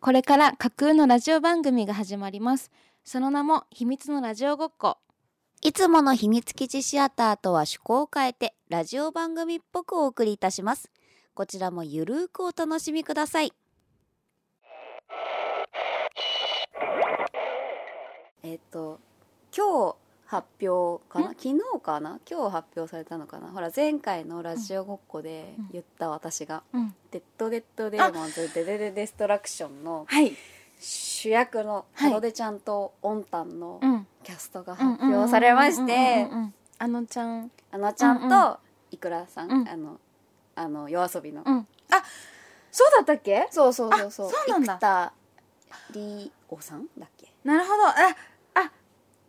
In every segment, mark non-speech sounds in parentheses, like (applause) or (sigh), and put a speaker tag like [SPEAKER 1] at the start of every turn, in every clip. [SPEAKER 1] これから架空のラジオ番組が始まりますその名も秘密のラジオごっこ
[SPEAKER 2] いつもの秘密基地シアターとは趣向を変えてラジオ番組っぽくお送りいたしますこちらもゆるーくお楽しみくださいえっと今日発表かなん昨日かな今日発表されたのかなほら前回のラジオごっこで
[SPEAKER 1] うん
[SPEAKER 2] 言った私が
[SPEAKER 1] うん
[SPEAKER 2] 「デッド・デッド・デーモンズ・デデデ・デストラクション」の
[SPEAKER 1] はい
[SPEAKER 2] 主役の
[SPEAKER 1] はい
[SPEAKER 2] トロデちゃんとオンタンの
[SPEAKER 1] うん
[SPEAKER 2] キャストが発表されまして
[SPEAKER 1] あのちゃん
[SPEAKER 2] あのちゃん
[SPEAKER 1] うん
[SPEAKER 2] といくらさん、
[SPEAKER 1] うん
[SPEAKER 2] あのあの夜遊びの、
[SPEAKER 1] うんそうだったっけ
[SPEAKER 2] そうそうそうそう
[SPEAKER 1] あそうなんだ
[SPEAKER 2] 生田りおさんだっけ
[SPEAKER 1] なるほどああ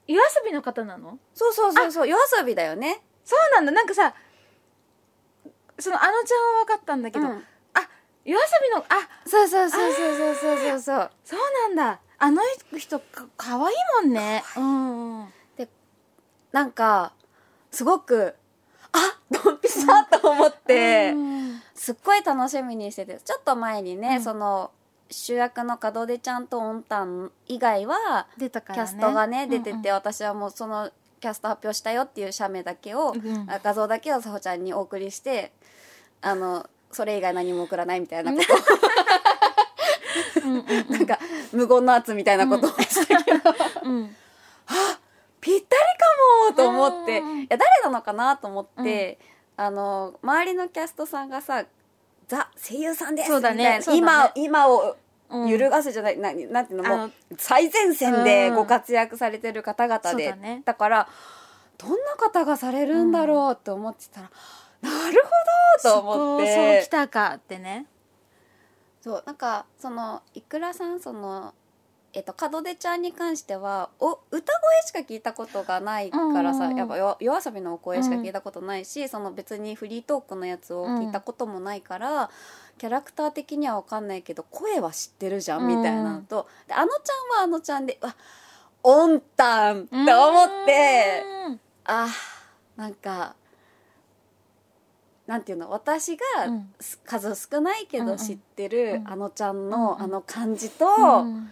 [SPEAKER 1] 夜遊びの方なの
[SPEAKER 2] そうそうそうそう夜遊びだよね
[SPEAKER 1] そうなんだなんかさそのあのちゃんは分かったんだけど、
[SPEAKER 2] うん
[SPEAKER 1] 夜遊びのあ
[SPEAKER 2] そうそうそうそうそうそうそうそう
[SPEAKER 1] そうなんだあの人かかわいいもんねうんうん
[SPEAKER 2] なんかすごくあドンピシャと思って、
[SPEAKER 1] うん
[SPEAKER 2] すっごい楽しみにしててちょっと前にね、
[SPEAKER 1] うん
[SPEAKER 2] その主役の門出ちゃんとオンタン以外は
[SPEAKER 1] 出たか
[SPEAKER 2] キ
[SPEAKER 1] ら
[SPEAKER 2] ャ
[SPEAKER 1] ね
[SPEAKER 2] ストがね出てて、
[SPEAKER 1] うんうん
[SPEAKER 2] 私はもうそのキャスト発表したよっていう写メだけを、
[SPEAKER 1] うん
[SPEAKER 2] あ画像だけをさほちゃんにお送りしてあのそれ以外何も送らないみたいなこと
[SPEAKER 1] うんうんうん
[SPEAKER 2] なんか無言の圧みたいなことを
[SPEAKER 1] (laughs)
[SPEAKER 2] したけど、
[SPEAKER 1] うん
[SPEAKER 2] ぴったりかもと思ってい
[SPEAKER 1] うんうんうん
[SPEAKER 2] や誰なのかなと思って、あの周りのキャストさんがさ「ザ声優さんです」
[SPEAKER 1] そ
[SPEAKER 2] み
[SPEAKER 1] うだ
[SPEAKER 2] た
[SPEAKER 1] ね
[SPEAKER 2] いな、
[SPEAKER 1] そうだね
[SPEAKER 2] 今今を
[SPEAKER 1] うん
[SPEAKER 2] 揺るがせじゃない、ななんていうのも
[SPEAKER 1] あの
[SPEAKER 2] う最前線で
[SPEAKER 1] うん
[SPEAKER 2] ご活躍されてる方々
[SPEAKER 1] そう
[SPEAKER 2] で、
[SPEAKER 1] だね
[SPEAKER 2] からどんな方がされるんだろうと思ってたら、なるほどと思っ
[SPEAKER 1] そこそう
[SPEAKER 2] て
[SPEAKER 1] きたかってね
[SPEAKER 2] そうなんかそのいくらさんそのえっと、門出ちゃんに関してはお歌声しか聞いたことがないからさ、
[SPEAKER 1] うんうんうん
[SPEAKER 2] やっぱよ夜遊びのお声しか聞いたことないし、その別にフリートークのやつを聞いたこともないから、キャラクター的には分かんないけど声は知ってるじゃんみたいなのと、であのちゃんはあのちゃんでうわオンタンと思って、
[SPEAKER 1] うん
[SPEAKER 2] あーなんかなんていうの私が
[SPEAKER 1] うん
[SPEAKER 2] す数少ないけ
[SPEAKER 1] うんう
[SPEAKER 2] ど
[SPEAKER 1] ん
[SPEAKER 2] 知ってる
[SPEAKER 1] うん
[SPEAKER 2] あのちゃん
[SPEAKER 1] うんう
[SPEAKER 2] の
[SPEAKER 1] ん
[SPEAKER 2] あの感じと、
[SPEAKER 1] うん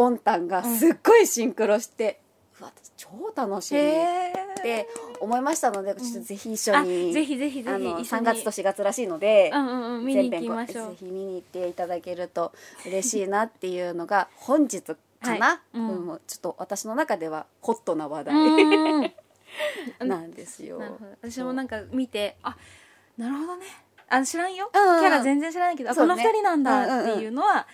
[SPEAKER 2] オンタンがすっごいシンクロして、うわ私超楽しみっ
[SPEAKER 1] へえ
[SPEAKER 2] て思いましたので、ちょっとぜひ一緒に、
[SPEAKER 1] あぜひぜひぜひ
[SPEAKER 2] あの
[SPEAKER 1] 一緒に
[SPEAKER 2] 3月と4月らしいので、
[SPEAKER 1] うんうんうん見に行きましょ
[SPEAKER 2] ぜ
[SPEAKER 1] う
[SPEAKER 2] ひ見に行っていただけると嬉しいなっていうのが本日かな、
[SPEAKER 1] はいうん
[SPEAKER 2] うんもうちょっと私の中ではホットな話題
[SPEAKER 1] うんなうん
[SPEAKER 2] なんですよ。
[SPEAKER 1] るほど私もなんか見てあなるほどねあ知らんよキ
[SPEAKER 2] うんうん
[SPEAKER 1] ャラ全然知らないけどあこ
[SPEAKER 2] そうね
[SPEAKER 1] の二人なんだっていうのは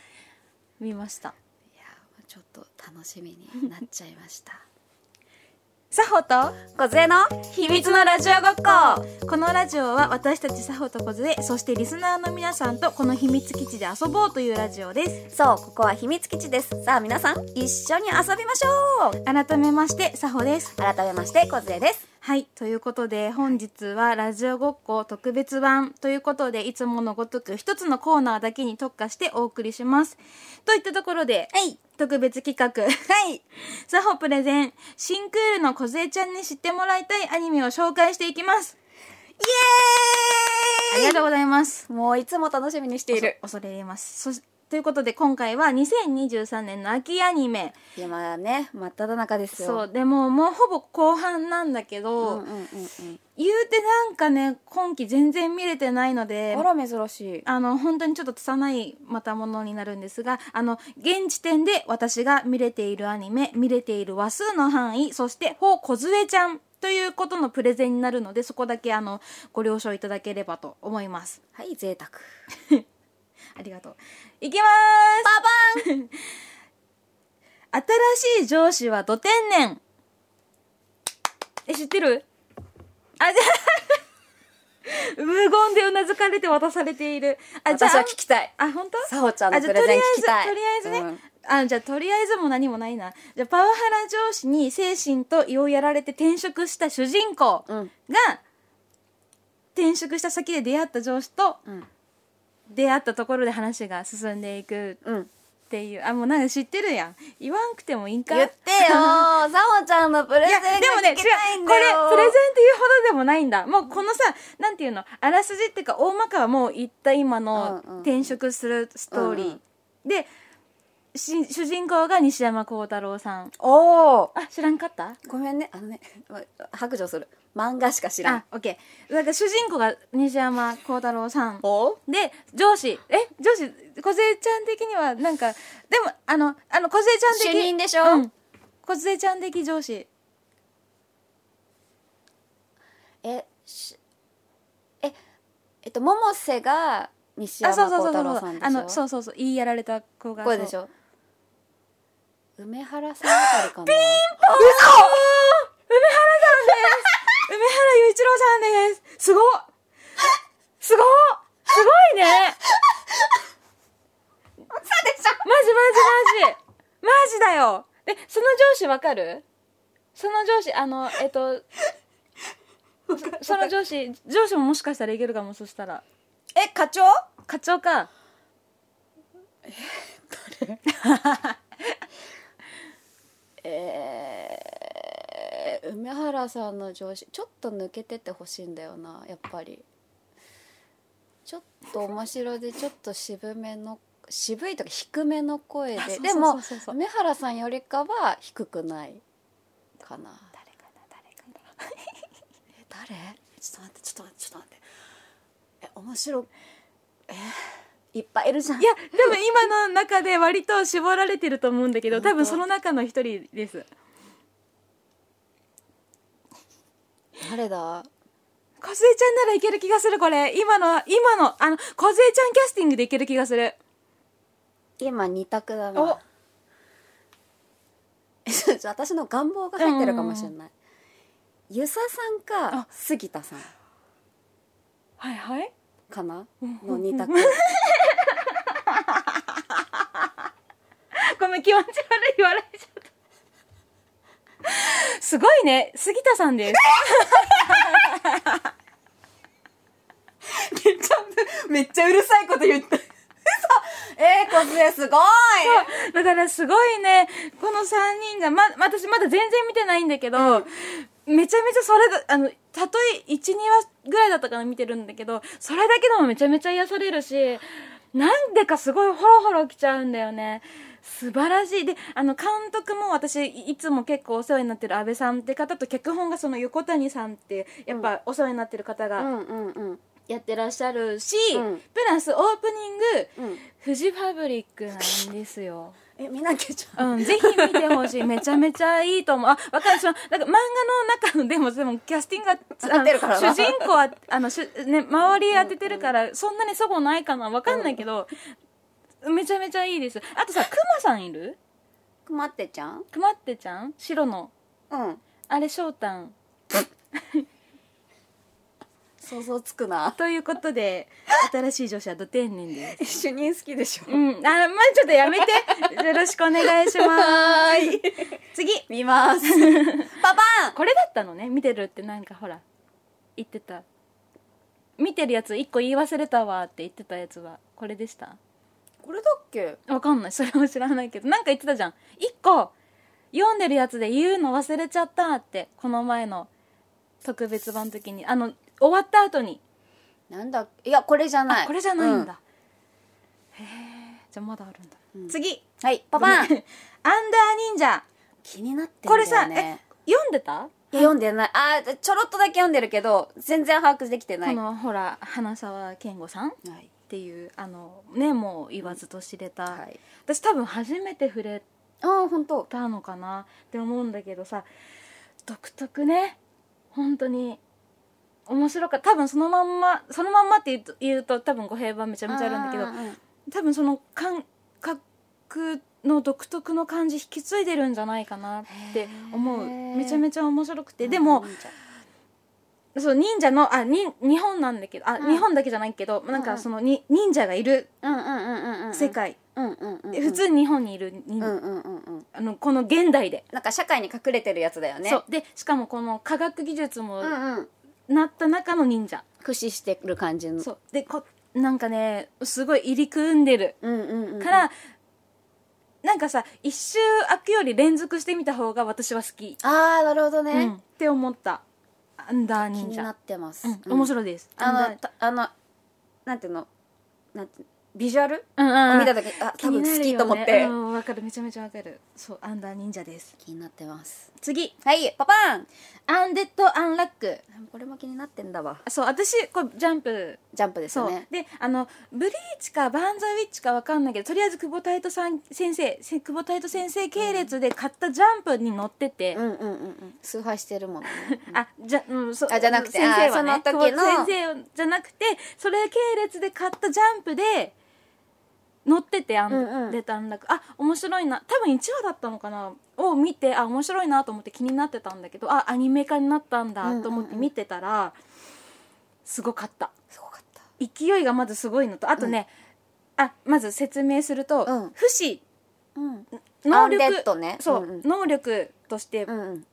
[SPEAKER 1] 見ました
[SPEAKER 2] いやちょっと楽しみになっちゃいました。 (laughs)
[SPEAKER 1] さほと
[SPEAKER 2] 小杖の
[SPEAKER 1] 秘密のラジオ学校このラジオは私たちさほとこずえそしてリスナーの皆さんとこの秘密基地で遊ぼうというラジオです
[SPEAKER 2] そうここは秘密基地です。さあ皆さん一緒に遊びましょう。
[SPEAKER 1] 改めましてさほです
[SPEAKER 2] 改めまして小杖です。
[SPEAKER 1] はいということで本日はラジオごっこ特別版ということでいつものごとく一つのコーナーだけに特化してお送りしますといったところで
[SPEAKER 2] はい
[SPEAKER 1] 特別企画
[SPEAKER 2] はい
[SPEAKER 1] (laughs) さほプレゼン新クールのこずえちゃんに知ってもらいたいアニメを紹介していきますあ
[SPEAKER 2] イエーイ。
[SPEAKER 1] りがとうございます
[SPEAKER 2] もういつも楽しみにしている。
[SPEAKER 1] 恐恐れ入りますそしということで今回は2023年の秋アニメ
[SPEAKER 2] 今ね真っ只中ですよ。
[SPEAKER 1] そうでももうほぼ後半なんだけど、
[SPEAKER 2] うんうんうんうん。
[SPEAKER 1] 言うてなんかね今季全然見れてないので
[SPEAKER 2] あら珍しい。
[SPEAKER 1] あの本当にちょっと拙いまたものになるんですがあの現時点で私が見れているアニメ見れている話数の範囲そして「ほうこずえちゃん」ということのプレゼンになるのでそこだけあのご了承いただければと思います。
[SPEAKER 2] はい贅沢。
[SPEAKER 1] ありがとう。いきまーすババン新しい上司はド天然え、知ってるあ、じゃあ (laughs) 無言でうなずかれて渡されている。あ、じゃあ
[SPEAKER 2] 私は聞きたい。
[SPEAKER 1] あ、本当
[SPEAKER 2] さほちゃん
[SPEAKER 1] あ
[SPEAKER 2] の
[SPEAKER 1] じ
[SPEAKER 2] プ
[SPEAKER 1] ゃあと
[SPEAKER 2] レ
[SPEAKER 1] りあえ
[SPEAKER 2] ゼン聞
[SPEAKER 1] ず
[SPEAKER 2] きたい。
[SPEAKER 1] とりあえずね、
[SPEAKER 2] うん
[SPEAKER 1] あじゃあとりあえずも何もないなじゃあパワハラ上司に精神と胃をやられて転職した主人公が、
[SPEAKER 2] うん
[SPEAKER 1] 転職した先で出会った上司と
[SPEAKER 2] うん
[SPEAKER 1] 出会ったところで話が進んでいく
[SPEAKER 2] うん。
[SPEAKER 1] っていうあもうなんか知ってるやん言わんくてもいいんか
[SPEAKER 2] 言って (laughs) よー。さほちゃんのプレ
[SPEAKER 1] い
[SPEAKER 2] ゼ
[SPEAKER 1] や
[SPEAKER 2] ン
[SPEAKER 1] で
[SPEAKER 2] が
[SPEAKER 1] もね違
[SPEAKER 2] 聞きたい
[SPEAKER 1] うんこ
[SPEAKER 2] だ
[SPEAKER 1] れ
[SPEAKER 2] よ。
[SPEAKER 1] プレゼンっていうほどでもないんだもうこのさなんていうのあらすじっていうか大まかはもう言った今の
[SPEAKER 2] うんうん
[SPEAKER 1] 転職するストーリー、
[SPEAKER 2] うんうん
[SPEAKER 1] でし主人公が西山幸太郎さん
[SPEAKER 2] おお
[SPEAKER 1] あ知らんかった
[SPEAKER 2] ごめんねあ
[SPEAKER 1] (laughs)
[SPEAKER 2] のねま白状する漫画しか知らん
[SPEAKER 1] あオッケーなんか主人公が西山幸太郎さん
[SPEAKER 2] お
[SPEAKER 1] で上司え上司梢ちゃん的にはなんかでもあのあの梢ちゃん的
[SPEAKER 2] 主任でしょ、
[SPEAKER 1] うん梢ちゃん的上司
[SPEAKER 2] えしええっと百瀬が西
[SPEAKER 1] あそ
[SPEAKER 2] 山
[SPEAKER 1] うそうそうそ
[SPEAKER 2] 幸太郎
[SPEAKER 1] う
[SPEAKER 2] さんでしょ
[SPEAKER 1] あのそうそうそう言いやられた子が
[SPEAKER 2] これでし
[SPEAKER 1] ょ
[SPEAKER 2] ょ梅原さんあたりかな
[SPEAKER 1] 嘘梅原さんです梅原雄一郎さんですすごっすごっすごいねマジマジマジマジだよえその上司わかるその上司あのえっと
[SPEAKER 2] (laughs)
[SPEAKER 1] (laughs) その上司上司ももしかしたらいけるかもそしたら
[SPEAKER 2] え課長
[SPEAKER 1] 課長か
[SPEAKER 2] えー梅原さんの上司ちょっと抜けててほしいんだよなやっぱりちょっと面白でちょっと渋めの渋いとか低めの声ででも
[SPEAKER 1] そうそうそうそう
[SPEAKER 2] 梅原さんよりかは低くないかな
[SPEAKER 1] 誰かな誰かな
[SPEAKER 2] え誰ちょっと待ってちょっと待ってちょっと待ってえ面白えーいっぱいいるじゃん
[SPEAKER 1] いやでも今の中で割と絞られてると思うんだけど多分その中の一人です
[SPEAKER 2] 誰だ
[SPEAKER 1] 小杉ちゃんならいける気がするこれ今の今のあの小杉ちゃんキャスティングでいける気がする
[SPEAKER 2] 今二択だ
[SPEAKER 1] お
[SPEAKER 2] なえち (laughs) ょっと私の願望が入ってるかもしれない遊佐さ
[SPEAKER 1] あ
[SPEAKER 2] んか杉田さん
[SPEAKER 1] はいはい
[SPEAKER 2] かなの二 (laughs) 択
[SPEAKER 1] ごめん気持ち悪い笑いちゃったすごいね杉田さんです
[SPEAKER 2] (laughs) めっちゃめっちゃうるさいこと言った嘘えー、コスですごい
[SPEAKER 1] (laughs) だからすごいねこの3人がま私まだ全然見てないんだけど、めちゃめちゃそれだあのたとえ12話ぐらいだったかな見てるんだけどそれだけでもめちゃめちゃ癒されるしなんでかすごいホロホロきちゃうんだよね素晴らしいであの監督も私いいつも結構お世話になってる阿部さんって方と脚本がその横谷さんってやっぱお世話になってる方
[SPEAKER 2] う
[SPEAKER 1] が
[SPEAKER 2] んうんうん
[SPEAKER 1] やってらっしゃるし、
[SPEAKER 2] うん
[SPEAKER 1] プラスオープニング、
[SPEAKER 2] うん
[SPEAKER 1] フジファブリックなんですよ
[SPEAKER 2] え見なきゃじゃん
[SPEAKER 1] うん、ぜひ見てほしい。めちゃめちゃいいと思う。あ、わかる。その、なんか漫画の中の、でも、でも、キャスティングが、あ
[SPEAKER 2] 合ってるから
[SPEAKER 1] の
[SPEAKER 2] な
[SPEAKER 1] 主人公は、あの、しゅね、周り当ててるから、そんなにそごないかな。わかんないけど、めちゃめちゃいいです。あとさ、クマさんいる
[SPEAKER 2] くまってちゃん
[SPEAKER 1] クマってちゃん白の。
[SPEAKER 2] うん
[SPEAKER 1] あれ、翔太ん。
[SPEAKER 2] 想像つくな
[SPEAKER 1] ということで、新しい女子はド天然です。
[SPEAKER 2] 主任好きでしょ
[SPEAKER 1] うん。あ、まあ、ちょっとやめて。よろしくお願いします。
[SPEAKER 2] はーい (laughs)
[SPEAKER 1] 次。
[SPEAKER 2] 見ます (laughs) パパン
[SPEAKER 1] これだったのね見てるってなんかほら言ってた見てるやつ一個言い忘れたわって言ってたやつはこれでした
[SPEAKER 2] これだっけ
[SPEAKER 1] わかんないそれは知らないけどなんか言ってたじゃん一個読んでるやつで言うの忘れちゃったってこの前の特別版の時にあの終わった後に
[SPEAKER 2] なんだっけいやこれじゃない
[SPEAKER 1] これじゃないんだ、へえじゃあまだあるんだ、
[SPEAKER 2] うん
[SPEAKER 1] 次
[SPEAKER 2] うんはいパパ
[SPEAKER 1] アンダ
[SPEAKER 2] ン
[SPEAKER 1] ー忍者
[SPEAKER 2] 気になって
[SPEAKER 1] こ
[SPEAKER 2] る
[SPEAKER 1] れ
[SPEAKER 2] んだ
[SPEAKER 1] さ、
[SPEAKER 2] よね
[SPEAKER 1] え読んでた
[SPEAKER 2] いや読んでないあーちょろっとだけ読んでるけど全然把握できてな
[SPEAKER 1] こ
[SPEAKER 2] いは
[SPEAKER 1] のほら花沢健吾さん
[SPEAKER 2] い
[SPEAKER 1] っていうあのねもう言わずと知れた、
[SPEAKER 2] はい
[SPEAKER 1] 私多分初めて触れ
[SPEAKER 2] ああ本当
[SPEAKER 1] たのかなって思うんだけどさ独特ね本当に面白かった多分そのまんまそのまんまって言うと言うと多分語弊はめちゃめちゃあるんだけど多分その感覚の独特の感じ引き継いでるんじゃないかなって思う
[SPEAKER 2] へー
[SPEAKER 1] めちゃめちゃ面白くてでも、そう忍者のあに日本なんだけどあ、
[SPEAKER 2] うん
[SPEAKER 1] 日本だけじゃないけどなん
[SPEAKER 2] う
[SPEAKER 1] か
[SPEAKER 2] ん
[SPEAKER 1] そのに忍者がいる
[SPEAKER 2] うんうんうんうんうん
[SPEAKER 1] 世界、
[SPEAKER 2] うんうんうんうん
[SPEAKER 1] で普通に日本にいる忍
[SPEAKER 2] うんうんうんうん
[SPEAKER 1] あのこの現代で、
[SPEAKER 2] なんか社会に隠れてるやつだよね
[SPEAKER 1] そうでしかもこの科学技術も
[SPEAKER 2] うんうん
[SPEAKER 1] なった中の忍者、
[SPEAKER 2] 駆使してる感じの
[SPEAKER 1] そうでこなんかねすごい入り組んでる
[SPEAKER 2] うんうんうん
[SPEAKER 1] から、なんかさ一周開くより連続してみた方が私は好き、
[SPEAKER 2] ああなるほど
[SPEAKER 1] うんっ
[SPEAKER 2] ね
[SPEAKER 1] て思ったアンダー
[SPEAKER 2] 気
[SPEAKER 1] 忍
[SPEAKER 2] にな
[SPEAKER 1] 者、
[SPEAKER 2] ってます
[SPEAKER 1] うん、面
[SPEAKER 2] い
[SPEAKER 1] 白いです、アンダ
[SPEAKER 2] あの
[SPEAKER 1] ー
[SPEAKER 2] たあのなんていうのなんてビジュアル、
[SPEAKER 1] うんうん
[SPEAKER 2] を
[SPEAKER 1] うん
[SPEAKER 2] 見た時あ多分好きと思って
[SPEAKER 1] 気になるよねうんわ、かるめちゃめちゃわかるそうアンダー忍者です
[SPEAKER 2] 気になってます
[SPEAKER 1] 次
[SPEAKER 2] はいパパン
[SPEAKER 1] アンデッド・アンラック
[SPEAKER 2] これも気になってんだわ
[SPEAKER 1] そう私こうジャンプ
[SPEAKER 2] ジャンプです
[SPEAKER 1] そう
[SPEAKER 2] よね
[SPEAKER 1] であのブリーチかバンザーウィッチかわかんないけどとりあえず久保太斗さん先生せ久保太斗先生系列で買ったジャンプに載ってて、
[SPEAKER 2] うんうんうんうん崇拝してるもんね
[SPEAKER 1] あじゃ,、うん、そ
[SPEAKER 2] あじゃなくて
[SPEAKER 1] 先生は、ね、
[SPEAKER 2] あその時の
[SPEAKER 1] 久保先生じゃなくてそれ系列で買ったジャンプで載っててあ
[SPEAKER 2] うんう
[SPEAKER 1] の
[SPEAKER 2] ん
[SPEAKER 1] 出たんだあ面白いな多分1話だったのかなを見てあ面白いなと思って気になってたんだけどあアニメ化になったんだと思って見てたら、 (laughs) すごかった
[SPEAKER 2] すごかった
[SPEAKER 1] 勢いがまずすごいのとあとね、あまず説明すると、
[SPEAKER 2] うん
[SPEAKER 1] 不死
[SPEAKER 2] うん
[SPEAKER 1] 能力
[SPEAKER 2] アンデッドね
[SPEAKER 1] そう、
[SPEAKER 2] うんうん
[SPEAKER 1] 能力として
[SPEAKER 2] うんうん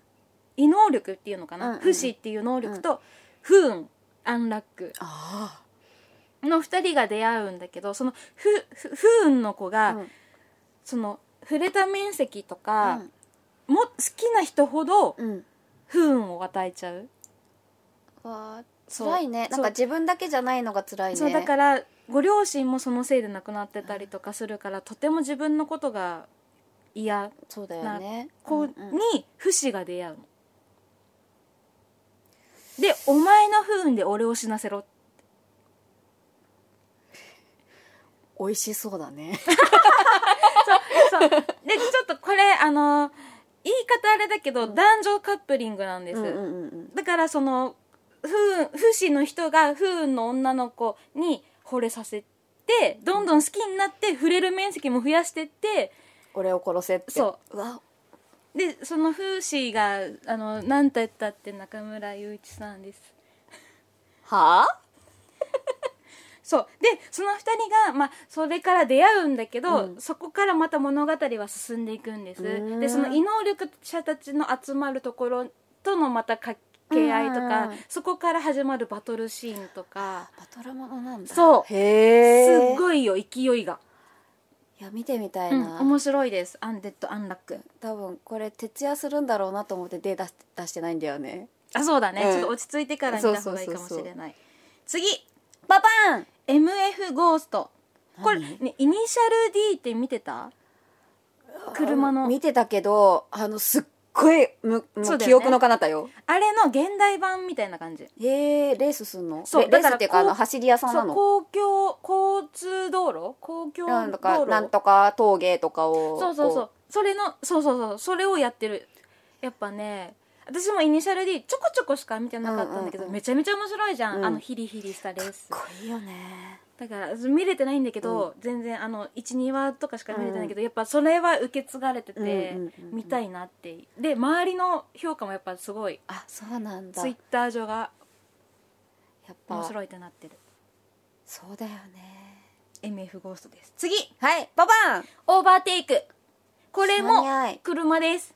[SPEAKER 1] 異能力っていうのかな、
[SPEAKER 2] うんうん
[SPEAKER 1] 不死っていう能力と、不運アンラック
[SPEAKER 2] あ
[SPEAKER 1] の2人が出会うんだけどその不不不運の子が、
[SPEAKER 2] うん
[SPEAKER 1] その触れた面積と
[SPEAKER 2] あ
[SPEAKER 1] か、も好きな人ほど
[SPEAKER 2] うんうん
[SPEAKER 1] 不運を与えちゃう、
[SPEAKER 2] わあ
[SPEAKER 1] そう
[SPEAKER 2] 辛いねなんか自分だけじゃないのが辛いね
[SPEAKER 1] そうだからご両親もそのせいで亡くなってたりとかするから、とても自分のことが嫌
[SPEAKER 2] そうだよね
[SPEAKER 1] 子
[SPEAKER 2] うんうん
[SPEAKER 1] に不死が出会うの。で「お前の不運で俺を死なせろ」
[SPEAKER 2] 美味しそうだね
[SPEAKER 1] そうでちょっとこれあの言い方あれだけど、男女カップリングなんです、
[SPEAKER 2] うんうんうん (laughs) うん
[SPEAKER 1] だからその不運不死の人が不運の女の子に惚れさせてどんどん好きになって触れる面積も増やしてって
[SPEAKER 2] 俺を殺せって
[SPEAKER 1] そう
[SPEAKER 2] わ
[SPEAKER 1] でその不死があの何て言ったって中村雄一さんです
[SPEAKER 2] はあ
[SPEAKER 1] そうでその2人が、まあ、それから出会うんだけど、
[SPEAKER 2] うん
[SPEAKER 1] そこからまた物語は進んでいくんです
[SPEAKER 2] うーん
[SPEAKER 1] でその異能力者たちの集まるところとのまた掛け合いと
[SPEAKER 2] うん
[SPEAKER 1] か
[SPEAKER 2] うんうん
[SPEAKER 1] そこから始まるバトルシーンとか
[SPEAKER 2] バトルものなんだ
[SPEAKER 1] そう
[SPEAKER 2] へ
[SPEAKER 1] す
[SPEAKER 2] え
[SPEAKER 1] っごいよ勢いが、
[SPEAKER 2] いや見てみたい
[SPEAKER 1] うん
[SPEAKER 2] な、
[SPEAKER 1] 面白いです「アンデッド・アンラック
[SPEAKER 2] 多分これ徹夜するんだろうなと思って手出し出してないんだよね」
[SPEAKER 1] あそうだね、
[SPEAKER 2] うん
[SPEAKER 1] ちょっと落ち着いてから見た方がいいかもしれない次
[SPEAKER 2] パパン
[SPEAKER 1] MF ゴーストこれ、
[SPEAKER 2] 何
[SPEAKER 1] ね、イニシャル D って見てた車の
[SPEAKER 2] 見てたけどあのすっごいむもう
[SPEAKER 1] そうだよね
[SPEAKER 2] 記憶の彼方よ
[SPEAKER 1] あれの現代版みたいな感じ
[SPEAKER 2] へえレースすんの
[SPEAKER 1] そう
[SPEAKER 2] レレ
[SPEAKER 1] だ
[SPEAKER 2] ース
[SPEAKER 1] から
[SPEAKER 2] っていうかあ
[SPEAKER 1] こ
[SPEAKER 2] の
[SPEAKER 1] う
[SPEAKER 2] 走り屋さん
[SPEAKER 1] そ
[SPEAKER 2] な
[SPEAKER 1] う
[SPEAKER 2] の
[SPEAKER 1] 公共交通道路公共
[SPEAKER 2] な
[SPEAKER 1] 道
[SPEAKER 2] んとか
[SPEAKER 1] 路
[SPEAKER 2] なんとか峠とかを
[SPEAKER 1] そうそうそう
[SPEAKER 2] こ
[SPEAKER 1] それのそうそうそうそれをやってるやっぱね私もイニシャル D ちょこちょこしか見てなかったんだけど、
[SPEAKER 2] うんうんうん
[SPEAKER 1] めちゃめちゃ面白いじゃん、
[SPEAKER 2] うん
[SPEAKER 1] あのヒリヒリしたレース
[SPEAKER 2] かっこいいよね
[SPEAKER 1] だから見れてないんだけど、全然あの12話とかしか見れてないけど、やっぱそれは受け継がれてて、
[SPEAKER 2] うんうんうんうん
[SPEAKER 1] 見たいなってで周りの評価もやっぱすごい
[SPEAKER 2] あそうなんだ
[SPEAKER 1] ツイ
[SPEAKER 2] や
[SPEAKER 1] ッター上が
[SPEAKER 2] っ
[SPEAKER 1] 面
[SPEAKER 2] ぱ
[SPEAKER 1] 白いってなってる
[SPEAKER 2] そうだよね
[SPEAKER 1] MF ゴーストです次
[SPEAKER 2] はいパパン
[SPEAKER 1] オーバーテイクこれも
[SPEAKER 2] 間に合い
[SPEAKER 1] 車です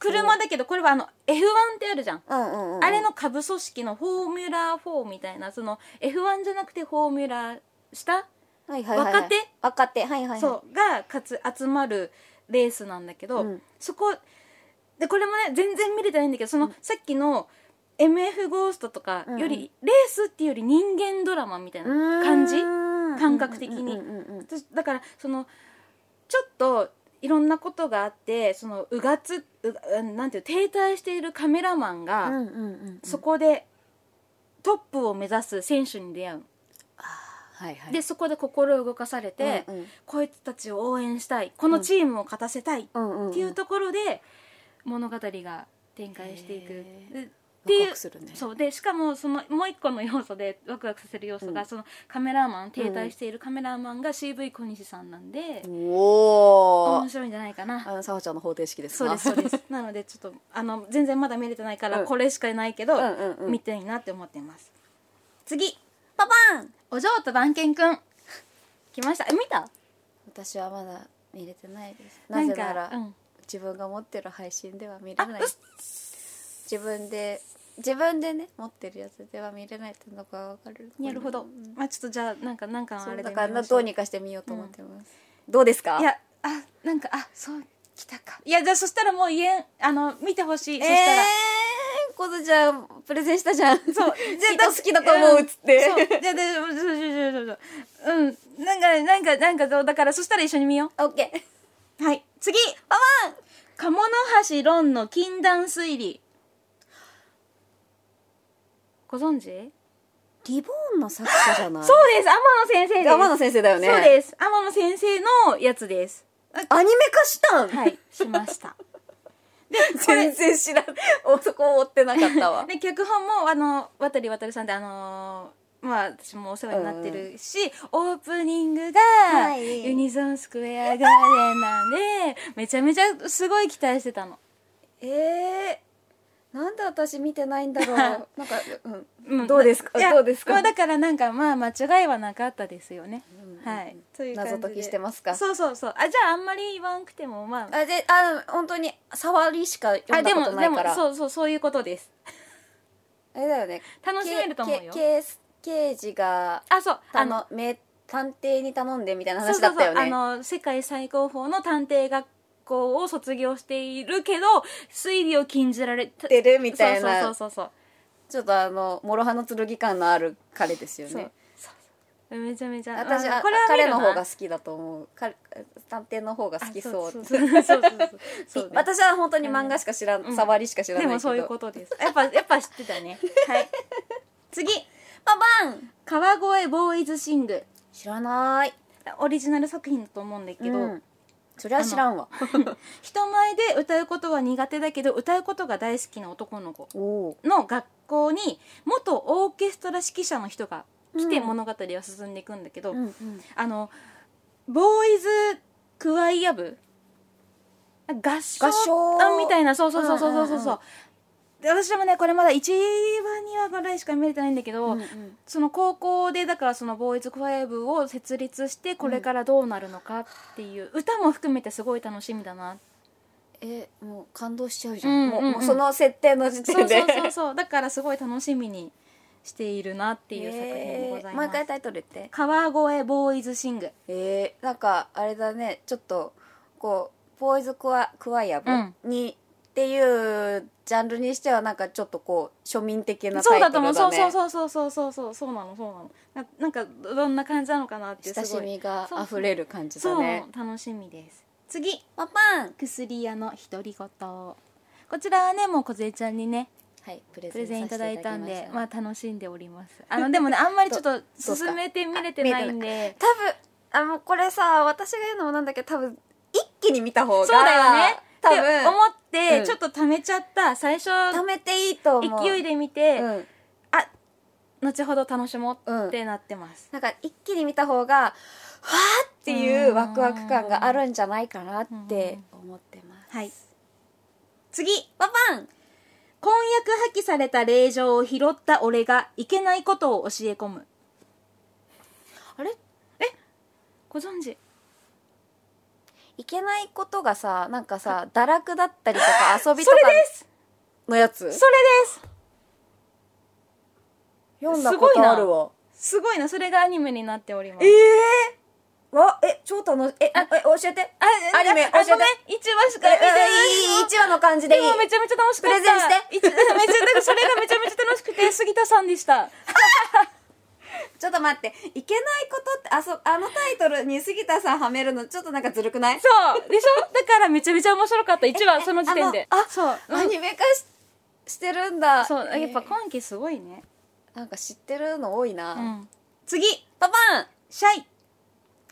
[SPEAKER 1] 車だけどこれはあの F1 ってあるじゃん、
[SPEAKER 2] うんうんうん
[SPEAKER 1] あれの下部組織のフォーミュラー4みたいなその F1 じゃなくてフォーミュラー下、
[SPEAKER 2] はいはいはいはい
[SPEAKER 1] 若手
[SPEAKER 2] 若手はいはいはい
[SPEAKER 1] そうがかつ集まるレースなんだけど、
[SPEAKER 2] うん
[SPEAKER 1] そこでこれもね全然見れてないんだけどその、さっきの MF ゴーストとかより、
[SPEAKER 2] うん
[SPEAKER 1] レ
[SPEAKER 2] う
[SPEAKER 1] ースっていうより人間ドラマみたいな感じ、感覚的に
[SPEAKER 2] うんうんうんうん
[SPEAKER 1] 私だからそのちょっといろんなことがあってそのうがつうがうんなんていう停滞しているカメラマンが、
[SPEAKER 2] うんうんうんうん
[SPEAKER 1] そこでトップを目指す選手に出会うの、
[SPEAKER 2] はいはい
[SPEAKER 1] でそこで心を動かされて、
[SPEAKER 2] うんうん
[SPEAKER 1] こいつたちを応援したいこのチームを勝たせたいっ
[SPEAKER 2] うんうんん
[SPEAKER 1] ていうところで物語が展開していく。
[SPEAKER 2] へー
[SPEAKER 1] でってい
[SPEAKER 2] ワクワ
[SPEAKER 1] う
[SPEAKER 2] クするね
[SPEAKER 1] そうでしかもそのもう一個の要素でワクワクさせる要素が、
[SPEAKER 2] うん
[SPEAKER 1] そのカメラマン停滞しているカメラマンが CV 小西さんなんで、
[SPEAKER 2] お
[SPEAKER 1] 面
[SPEAKER 2] ー
[SPEAKER 1] 白いんじゃないかな
[SPEAKER 2] あのさほちゃんの方程式です
[SPEAKER 1] そう
[SPEAKER 2] か
[SPEAKER 1] ですそうですなのでちょっとあの全然まだ見れてないから
[SPEAKER 2] うん
[SPEAKER 1] これしかないけど、
[SPEAKER 2] うんうんうん
[SPEAKER 1] 見たいなって思ってます次
[SPEAKER 2] (laughs) パパン
[SPEAKER 1] お嬢と番犬くん来ましたえ見た
[SPEAKER 2] 私はまだ見れてないですなぜなら、
[SPEAKER 1] んかうん
[SPEAKER 2] 自分が持ってる配信では見れ
[SPEAKER 1] あ
[SPEAKER 2] ない
[SPEAKER 1] 嘘
[SPEAKER 2] 自分で自分でね持ってるやつでは見れないってのがわかる
[SPEAKER 1] なるほど、まあちょっとじゃあなんかなんか
[SPEAKER 2] そ
[SPEAKER 1] あ
[SPEAKER 2] う
[SPEAKER 1] れで
[SPEAKER 2] だ
[SPEAKER 1] 見
[SPEAKER 2] から
[SPEAKER 1] まし
[SPEAKER 2] ど
[SPEAKER 1] ょ
[SPEAKER 2] うにかしてみようと思ってます、どうですか
[SPEAKER 1] いやあなんかあそう来たかいやじゃあそしたらもう言えんあの見てほしい、
[SPEAKER 2] えー
[SPEAKER 1] そしたら
[SPEAKER 2] こずちゃんプレゼンしたじゃ (laughs) んそう
[SPEAKER 1] そう。
[SPEAKER 2] きっと好きだと思うっつって
[SPEAKER 1] そうじゃあ、でそうそうそうそうそう。うん。なんか、なんか、なんかそう、だから、そしたら一緒に見よ
[SPEAKER 2] OK
[SPEAKER 1] う。はい。次
[SPEAKER 2] パワン
[SPEAKER 1] 鴨の橋論の禁断推理。ご存知
[SPEAKER 2] リボンの作者じゃない
[SPEAKER 1] そうです天野先生です。
[SPEAKER 2] 天野先生だよね
[SPEAKER 1] そうです。天野先生のやつです。
[SPEAKER 2] アニメ化したん、
[SPEAKER 1] はい、しました。
[SPEAKER 2] 全然知らんおそこを追ってなかったわ
[SPEAKER 1] (laughs) で脚本もあの渡り渡さんってあのーまあ私もお世話になってるし、オープニングが
[SPEAKER 2] い
[SPEAKER 1] ユニゾンスクエアガーデンなんでめちゃめちゃすごい期待してたの。
[SPEAKER 2] (laughs) ええー、なんで私見てないんだろ
[SPEAKER 1] (laughs)
[SPEAKER 2] うなんか、うん
[SPEAKER 1] ん
[SPEAKER 2] どうですか
[SPEAKER 1] いや
[SPEAKER 2] どうですか
[SPEAKER 1] まあ、だからなんかまあ間違いはなかったですよね。はい。という感じで
[SPEAKER 2] 謎解きしてますか
[SPEAKER 1] そうそうそう。あじゃああんまり言わんくてもまあ。
[SPEAKER 2] あであ本当に触りしか読
[SPEAKER 1] あ
[SPEAKER 2] んだ
[SPEAKER 1] で
[SPEAKER 2] こ
[SPEAKER 1] も
[SPEAKER 2] とな
[SPEAKER 1] で
[SPEAKER 2] いか
[SPEAKER 1] も
[SPEAKER 2] ら
[SPEAKER 1] そうそうそういうことです。
[SPEAKER 2] あれだよね
[SPEAKER 1] 楽しめると思うよ
[SPEAKER 2] けけ刑事が
[SPEAKER 1] あそう
[SPEAKER 2] あ
[SPEAKER 1] あの
[SPEAKER 2] の名探偵に頼んでみたいな
[SPEAKER 1] そう
[SPEAKER 2] 話
[SPEAKER 1] そ
[SPEAKER 2] だ
[SPEAKER 1] う
[SPEAKER 2] っ
[SPEAKER 1] そ
[SPEAKER 2] た
[SPEAKER 1] う
[SPEAKER 2] よね
[SPEAKER 1] あの世界最高峰の探偵学校を卒業しているけど推理を禁じられた
[SPEAKER 2] てるみたい
[SPEAKER 1] そう
[SPEAKER 2] な
[SPEAKER 1] そうそう
[SPEAKER 2] ちょっとあの諸刃の剣感のある彼ですよ
[SPEAKER 1] そうそう,、
[SPEAKER 2] ね
[SPEAKER 1] そうそうめちゃめちゃ
[SPEAKER 2] 私
[SPEAKER 1] あ
[SPEAKER 2] あ
[SPEAKER 1] これは見る
[SPEAKER 2] 彼
[SPEAKER 1] な
[SPEAKER 2] の方が好きだと思う彼探偵の方が
[SPEAKER 1] あ
[SPEAKER 2] 好きそう
[SPEAKER 1] そうそうそうそう
[SPEAKER 2] (laughs)
[SPEAKER 1] そうそうね
[SPEAKER 2] 私は本当に漫画しか知らん、
[SPEAKER 1] うん
[SPEAKER 2] 触りしか知らな
[SPEAKER 1] で
[SPEAKER 2] いけど
[SPEAKER 1] もそういうことですやっぱやっぱ知ってたねはい次
[SPEAKER 2] パパン
[SPEAKER 1] (laughs) 川越ボーイズシング
[SPEAKER 2] 知らない
[SPEAKER 1] オリジナル作品だと思うんだけ
[SPEAKER 2] け
[SPEAKER 1] ど、
[SPEAKER 2] ど、そりゃ知らんわ
[SPEAKER 1] 人前で歌うことは苦手だけど歌うことが大好きな男の子
[SPEAKER 2] おお
[SPEAKER 1] の学校に元オーケストラ指揮者の人が来て
[SPEAKER 2] うん
[SPEAKER 1] 物語は進んでいくんだけど、
[SPEAKER 2] ー、
[SPEAKER 1] あのボーイズクワイア部合唱
[SPEAKER 2] 合唱
[SPEAKER 1] 団みたいなそうそうそうそうそうそう,、
[SPEAKER 2] うんうん
[SPEAKER 1] で私もねこれまだ1話2話ぐらいしか見れてないんだけど、その高校でだからそのボーイズクワイア部を設立してこれからどうなるのかっていう、歌も含めてすごい楽しみだな
[SPEAKER 2] えもう感動しちゃうじゃん,、
[SPEAKER 1] うん
[SPEAKER 2] もう
[SPEAKER 1] うんうん
[SPEAKER 2] もうその設定の時
[SPEAKER 1] そうそ
[SPEAKER 2] 点で
[SPEAKER 1] う
[SPEAKER 2] (laughs)
[SPEAKER 1] そうそうだからすごい楽しみにしているなっていう作品でございます、
[SPEAKER 2] 毎回タイトルって
[SPEAKER 1] 川越ボーイズシング
[SPEAKER 2] えー、なんかあれだねちょっとこうボーイズクワクワイアブ
[SPEAKER 1] うん
[SPEAKER 2] に、っていうジャンルにしてはなんかちょっとこう庶民的なタ
[SPEAKER 1] そう
[SPEAKER 2] イト
[SPEAKER 1] だ
[SPEAKER 2] ル
[SPEAKER 1] と
[SPEAKER 2] だ
[SPEAKER 1] 思
[SPEAKER 2] ね
[SPEAKER 1] うそうそうそうそうそうそうそうそうなのそうなのななんかどんな感じなのかなってす
[SPEAKER 2] 親し
[SPEAKER 1] ごい
[SPEAKER 2] みが溢れる感じだ
[SPEAKER 1] そう
[SPEAKER 2] ね
[SPEAKER 1] 楽しみです次
[SPEAKER 2] パパン
[SPEAKER 1] 薬屋の独り言こちらはねもう梢ちゃんにね
[SPEAKER 2] はいプレ
[SPEAKER 1] プレゼンいただいたんでま
[SPEAKER 2] ま
[SPEAKER 1] あ楽しんでおりますあのでもねあんま (laughs) りちょっと
[SPEAKER 2] すか
[SPEAKER 1] 進めて見れてないんで
[SPEAKER 2] 多分あのこれさ私が言うのもなんだけど多分一気に見た方が
[SPEAKER 1] そうだよね
[SPEAKER 2] 多
[SPEAKER 1] って思
[SPEAKER 2] 分
[SPEAKER 1] って、
[SPEAKER 2] うん
[SPEAKER 1] ちょっと溜めちゃった最初
[SPEAKER 2] 貯めていいと思う
[SPEAKER 1] 勢いで見て、
[SPEAKER 2] うん、
[SPEAKER 1] あ後ほど楽しもうってなってます、
[SPEAKER 2] なんか一気に見た方がわーっていうワクワク感があるんじゃないかなって思ってます
[SPEAKER 1] はい次
[SPEAKER 2] パパン
[SPEAKER 1] 婚約破棄された令状を拾った俺がいけないことを教え込む
[SPEAKER 2] あれ
[SPEAKER 1] ご存知
[SPEAKER 2] いけないことがさなんかさ堕落だったりとか遊
[SPEAKER 1] それ
[SPEAKER 2] びとか
[SPEAKER 1] です
[SPEAKER 2] のやつ
[SPEAKER 1] それです
[SPEAKER 2] 読んだことあ
[SPEAKER 1] す
[SPEAKER 2] るわ
[SPEAKER 1] すごいなそれがアニメになっております
[SPEAKER 2] えー、わえ超楽しえあえ教えて
[SPEAKER 1] あ
[SPEAKER 2] アニメ
[SPEAKER 1] ああ
[SPEAKER 2] 教
[SPEAKER 1] ご
[SPEAKER 2] えて
[SPEAKER 1] めん一話し
[SPEAKER 2] え
[SPEAKER 1] か見てない
[SPEAKER 2] いいいい一話の感じで
[SPEAKER 1] で
[SPEAKER 2] いい
[SPEAKER 1] もめちゃめちゃ楽しかった
[SPEAKER 2] プレゼンして
[SPEAKER 1] 一めちゃめちゃそれがめちゃめちゃ楽しくて杉田さんでした
[SPEAKER 2] ちょっと待っていけないことってあそあのタイトルに杉田さんはめるのちょっとなんかずるくない
[SPEAKER 1] そうでしょだからめちゃめちゃ面白かった一話その時点で
[SPEAKER 2] あのあ
[SPEAKER 1] そううん
[SPEAKER 2] アニメ化ししてるんだ
[SPEAKER 1] そうやっぱ
[SPEAKER 2] え
[SPEAKER 1] 今期すごいね
[SPEAKER 2] ーなんか知ってるの多いな、
[SPEAKER 1] うん次
[SPEAKER 2] パパン
[SPEAKER 1] シャイ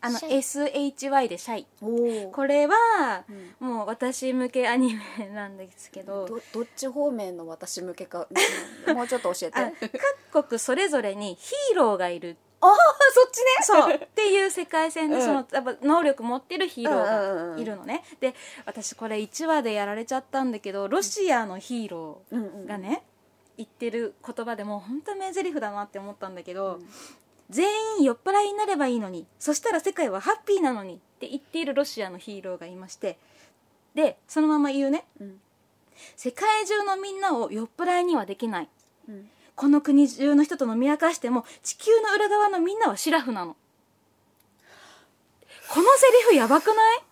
[SPEAKER 1] あの
[SPEAKER 2] シャイ
[SPEAKER 1] SHY でシャイ
[SPEAKER 2] お
[SPEAKER 1] これは
[SPEAKER 2] ん
[SPEAKER 1] もう私向けアニメなんですけど
[SPEAKER 2] どどっち方面の私向けかもうちょっと教えて
[SPEAKER 1] あ各国それぞれにヒーローがいる
[SPEAKER 2] そっちね (laughs)
[SPEAKER 1] そうっていう世界線
[SPEAKER 2] う
[SPEAKER 1] で
[SPEAKER 2] ん
[SPEAKER 1] その、やっぱ能力持ってるヒーロ
[SPEAKER 2] うんうん
[SPEAKER 1] ー
[SPEAKER 2] う
[SPEAKER 1] が
[SPEAKER 2] ん
[SPEAKER 1] いるのね、で私これ1話でやられちゃったんだけどロシアのヒーロ
[SPEAKER 2] うんうんう
[SPEAKER 1] ー
[SPEAKER 2] ん
[SPEAKER 1] がね、言ってる言葉でもう本当名台詞だなって思ったんだけど、全員酔っ払いになればいいのにそしたら世界はハッピーなのにって言っているロシアのヒーローがいましてでそのまま言うね
[SPEAKER 2] うん
[SPEAKER 1] 世界中のみんなを酔っ払いにはできない
[SPEAKER 2] うん
[SPEAKER 1] この国中の人と飲み明かしても地球の裏側のみんなはシラフなのこのセリフやばくない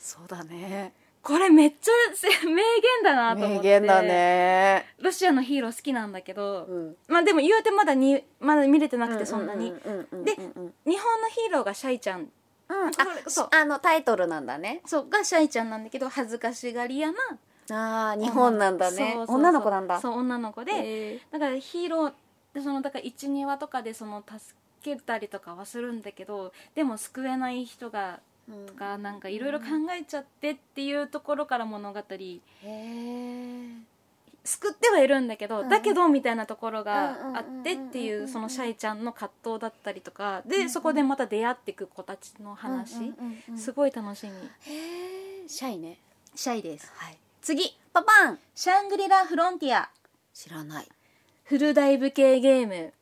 [SPEAKER 2] そうだね
[SPEAKER 1] これめっちゃせ名言だなと思って
[SPEAKER 2] 名言だね、
[SPEAKER 1] ロシアのヒーロー好きなんだけど、
[SPEAKER 2] うん、
[SPEAKER 1] まあでも言うてまだにまだ見れてなくてそんなに、
[SPEAKER 2] うううんうんうんうん
[SPEAKER 1] で
[SPEAKER 2] うん
[SPEAKER 1] 日本のヒーローがシャイちゃん
[SPEAKER 2] あ
[SPEAKER 1] そう
[SPEAKER 2] あのタイトルなんだね
[SPEAKER 1] そうがシャイちゃんなんだけど恥ずかしがり屋な
[SPEAKER 2] ああ日本なんだね
[SPEAKER 1] そうそうそう
[SPEAKER 2] 女の子なんだ
[SPEAKER 1] そう女の子で、
[SPEAKER 2] へー
[SPEAKER 1] だからヒーローでそのだから12話とかでその助けたりとかはするんだけどでも救えない人が
[SPEAKER 2] うん
[SPEAKER 1] とかなんかいろいろ考えちゃってっていうところから物語
[SPEAKER 2] へー
[SPEAKER 1] 救ってはいるんだけど、
[SPEAKER 2] うん
[SPEAKER 1] だけどみたいなところがあってって
[SPEAKER 2] うんうんうんうん
[SPEAKER 1] い
[SPEAKER 2] うんう
[SPEAKER 1] うんそのシャイちゃんの葛藤だったりとか
[SPEAKER 2] うんう
[SPEAKER 1] で
[SPEAKER 2] ん
[SPEAKER 1] そこでまた出会っていく子たちの話、
[SPEAKER 2] うんうんうんうん
[SPEAKER 1] すごい楽しみ
[SPEAKER 2] へーシャイね
[SPEAKER 1] シャイです
[SPEAKER 2] はい
[SPEAKER 1] 次
[SPEAKER 2] パパン
[SPEAKER 1] シャングリラ・フロンティア
[SPEAKER 2] 知らない
[SPEAKER 1] フルダイブ系ゲーム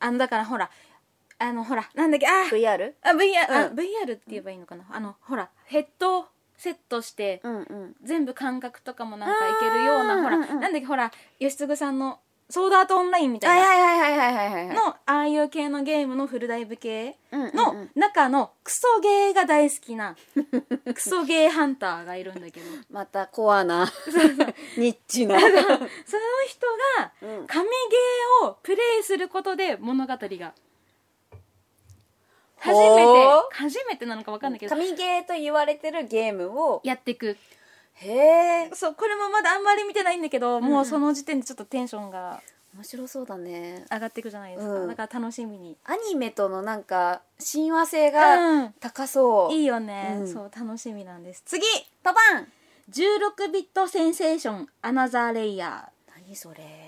[SPEAKER 1] あのだからほらあのほらなんだっけあー
[SPEAKER 2] VR?
[SPEAKER 1] あ VR,、あ
[SPEAKER 2] うん
[SPEAKER 1] VR って言えばいいのかなあのほらヘッドをセットして
[SPEAKER 2] うんうん
[SPEAKER 1] 全部感覚とかもなんかいけるよう
[SPEAKER 2] あー
[SPEAKER 1] なほ
[SPEAKER 2] うん
[SPEAKER 1] ら
[SPEAKER 2] うん
[SPEAKER 1] なんだっけほら吉嗣さんの「ソードアートオンライン」みたいな
[SPEAKER 2] はいはいはいはいはいはい
[SPEAKER 1] のああいう系のゲームのフルダイブ系
[SPEAKER 2] の
[SPEAKER 1] の中のクソゲーが大好きなクソゲーハンターがいるんだ
[SPEAKER 2] (laughs)
[SPEAKER 1] けど
[SPEAKER 2] またコア (laughs) なニッチな
[SPEAKER 1] その人が
[SPEAKER 2] うん
[SPEAKER 1] 神ゲーをプレイすることで物語が初めて
[SPEAKER 2] ほう
[SPEAKER 1] 初めてなのか分かんないけど
[SPEAKER 2] 神ゲーと言われてるゲームを
[SPEAKER 1] やっていく
[SPEAKER 2] へえ
[SPEAKER 1] そうこれもまだあんまり見てないんだけど、
[SPEAKER 2] んうん
[SPEAKER 1] もうその時点でちょっとテンションが
[SPEAKER 2] 面白そうだね
[SPEAKER 1] 上がっていくじゃないですか、
[SPEAKER 2] うん
[SPEAKER 1] だから楽しみに、
[SPEAKER 2] アニメとのなんか親和性が
[SPEAKER 1] うん
[SPEAKER 2] 高そう、
[SPEAKER 1] いいよね、
[SPEAKER 2] うん
[SPEAKER 1] そう楽しみなんです次
[SPEAKER 2] パパン
[SPEAKER 1] 16ビットセンセーションアナザーレイヤ
[SPEAKER 2] 何それ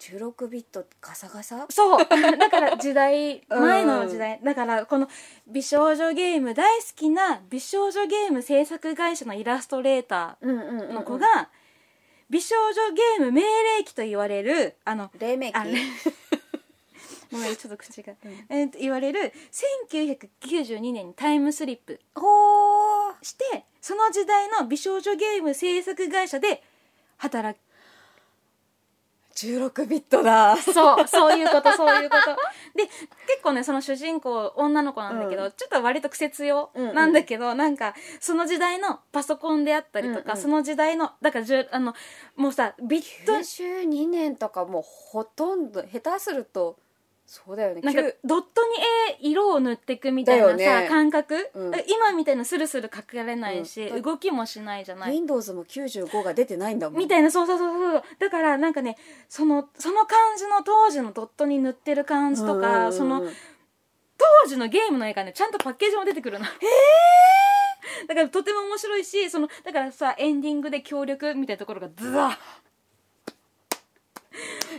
[SPEAKER 2] 16ビットガサガサ
[SPEAKER 1] ーそう (laughs) だから時代
[SPEAKER 2] うん
[SPEAKER 1] 前の時代、だからこの美少女ゲーム大好きな美少女ゲーム制作会社のイラストレータ
[SPEAKER 2] うんうん
[SPEAKER 1] ーの子が美少女ゲーム命令機と言われるあの
[SPEAKER 2] 黎明期
[SPEAKER 1] あれごめんちょっと口が、えーと言われる1992年にタイムスリップ
[SPEAKER 2] ほー
[SPEAKER 1] してその時代の美少女ゲーム制作会社で働く
[SPEAKER 2] 16ビットだ
[SPEAKER 1] そうそういうことそういうことで結構ねその主人公女の子なんだけど、
[SPEAKER 2] うん
[SPEAKER 1] ちょっと割と癖強
[SPEAKER 2] うんうん
[SPEAKER 1] なんだけど、なんかその時代のパソコンであったりとか、
[SPEAKER 2] うんうん
[SPEAKER 1] その時代のだからじゅあのもうさビット
[SPEAKER 2] 92年とかもうほとんど下手するとそうだよね
[SPEAKER 1] なんか
[SPEAKER 2] きゅう
[SPEAKER 1] ドットに絵色を塗っていくみたいなさ、
[SPEAKER 2] だよね
[SPEAKER 1] 感覚、
[SPEAKER 2] うん
[SPEAKER 1] 今みたいなスルスル描かれないし、
[SPEAKER 2] うん
[SPEAKER 1] 動きもしないじゃない
[SPEAKER 2] Windows も95が出てないんだもん
[SPEAKER 1] みたいなそうそうそうそうだからなんかねそのその感じの当時のドットに塗ってる感じとか、
[SPEAKER 2] うん
[SPEAKER 1] その当時のゲームの絵がねちゃんとパッケージも出てくるの。だからとても面白いしそのだからさエンディングで協力みたいなところがズワッ